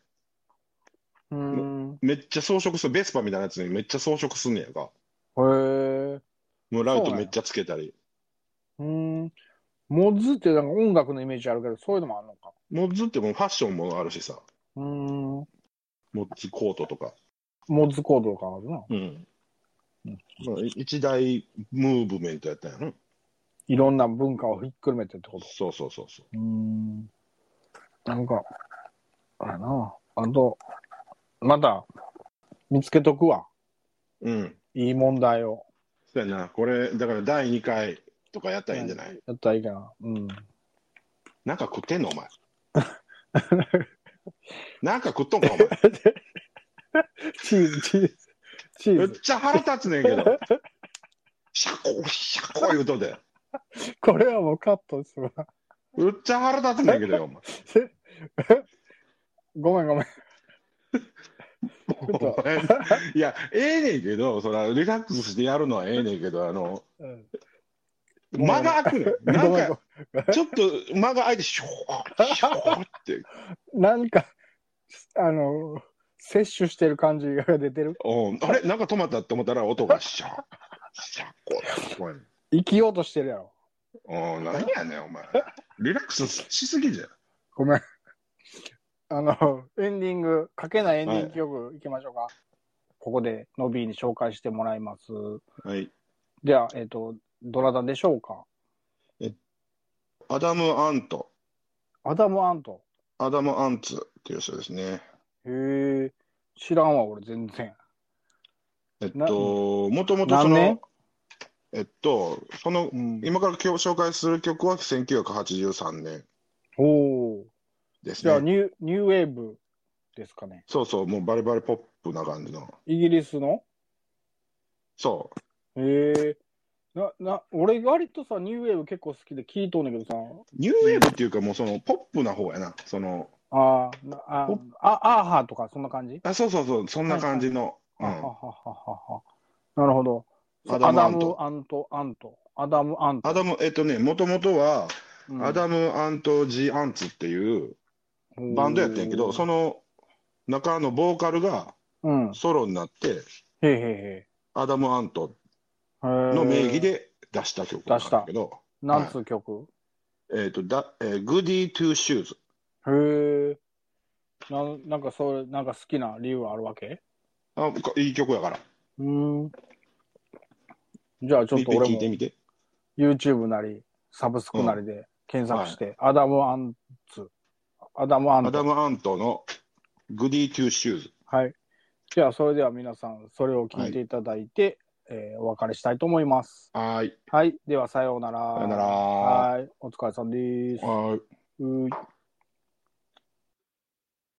Speaker 1: うーん。
Speaker 2: めっちゃ装飾する、ベスパみたいなやつにめっちゃ装飾すんねやんか。
Speaker 1: へえ。
Speaker 2: もうライ
Speaker 1: そうなん
Speaker 2: ト
Speaker 1: や
Speaker 2: めっちゃつけたり。
Speaker 1: うーん。モズってなんか音楽のイメージあるけど、そういうのもあるのか。
Speaker 2: モッズってもうファッションもあるしさ、
Speaker 1: うーん。
Speaker 2: モッズコートとか。
Speaker 1: モズコードがあるな。
Speaker 2: うん。まあい一大ムーブメントやったんやろ。
Speaker 1: いろんな文化をひっくるめてってこと。
Speaker 2: そうそうそうそう。
Speaker 1: うーん。なんか、あれな。あと、また、見つけとくわ。
Speaker 2: うん。
Speaker 1: いい問題を。
Speaker 2: そうやな、これ、だから第2回とかやったらいいんじゃない、
Speaker 1: やったらいいかな。うん。
Speaker 2: なんか食ってんの、お前。なんか食っとんか、お前。
Speaker 1: チーズ、チーズ。チ
Speaker 2: め
Speaker 1: ー
Speaker 2: っ
Speaker 1: ズ。
Speaker 2: ちゃ腹立つねんけ ど。シャコ、シャコ言うとで。
Speaker 1: これはもうカットするわ。
Speaker 2: めっちゃ腹立つねんけどよ、お前。
Speaker 1: ごめんごめん。
Speaker 2: お前いや、ええねんけど、そら、リラックスしてやるのはええねんけど、あの、
Speaker 1: うん
Speaker 2: 間が開くねん。な
Speaker 1: ごめん
Speaker 2: んか、ちょっと間が開いて、ショー、ショーって、
Speaker 1: なんか、あの、摂取してる感じが出てる。
Speaker 2: うんあれなんか止まったって思ったら、音がシャー、シャコって聞こえん
Speaker 1: 生きようとしてるやろ。
Speaker 2: おー何やねん、お前。リラックスしすぎじゃん。
Speaker 1: ごめん。あの、エンディング、かけないエンディング曲いきましょうか。ここで、ノビーに紹介してもらいます。
Speaker 2: はい。
Speaker 1: では、えっ、と、どなたでしょうか
Speaker 2: アダム・アント、
Speaker 1: アダム・アント。
Speaker 2: アダム・アンツっていう人です
Speaker 1: へ
Speaker 2: ね。
Speaker 1: え、知らんわ、俺、全然。
Speaker 2: えっ
Speaker 1: な
Speaker 2: と、もともとそ
Speaker 1: 何年
Speaker 2: の、えっと、その、
Speaker 1: うん
Speaker 2: 今から今日紹介する曲は1983年
Speaker 1: おお。
Speaker 2: です
Speaker 1: じゃあ、
Speaker 2: ね。
Speaker 1: ニュー、ニューウェーブですかね。
Speaker 2: そうそう、もうバリバリポップな感じの。
Speaker 1: イギリスの
Speaker 2: そ
Speaker 1: へえ。な、な、俺割とさ、ニューウェーブ結構好きで聞いとんだけどさ、
Speaker 2: う。ニューウェーブっていうか、もうその、ポップな方やな。その、
Speaker 1: あーなあ
Speaker 2: お、
Speaker 1: あ、アーハーとかそんな感じ、
Speaker 2: あ、そうそうそう、そんな感じの。う
Speaker 1: あはは
Speaker 2: ん。
Speaker 1: はははなるほど。
Speaker 2: アダムアン
Speaker 1: アダ
Speaker 2: ト
Speaker 1: ム・アント、アント。アダム・アント。
Speaker 2: アダム、えっとね、もともとは、
Speaker 1: うん
Speaker 2: アダム・アント・ジ・アンツっていうバンドやってんけど、その中のボーカルが
Speaker 1: うん。へ
Speaker 2: ソロになって、
Speaker 1: えへえへ
Speaker 2: アダム・アント
Speaker 1: え。
Speaker 2: の名義
Speaker 1: で。
Speaker 2: で出した曲なんだけど、
Speaker 1: 何つう曲、
Speaker 2: えっ、と、だえー、Goody Two Shoes。
Speaker 1: へえ。なんなんかそれ、なんか好きな理由はあるわけ
Speaker 2: あ、こいい曲やから。
Speaker 1: うん。じゃあちょっと
Speaker 2: 聞
Speaker 1: 俺
Speaker 2: いて
Speaker 1: も
Speaker 2: みて。
Speaker 1: YouTube なり、サブスクなりで検索して、アダム・アンツ、アダム・アン
Speaker 2: アダ
Speaker 1: ツ。
Speaker 2: ム・アントのグディー・トゥ・シューズ。
Speaker 1: はい。じゃあ、それでは皆さん、それを聞いていただいて、えーお別れしたいと思います。
Speaker 2: はーい。
Speaker 1: はい。では、さようなら。
Speaker 2: さようなら
Speaker 1: はい。お疲れさんです。
Speaker 2: はーい。
Speaker 1: うーい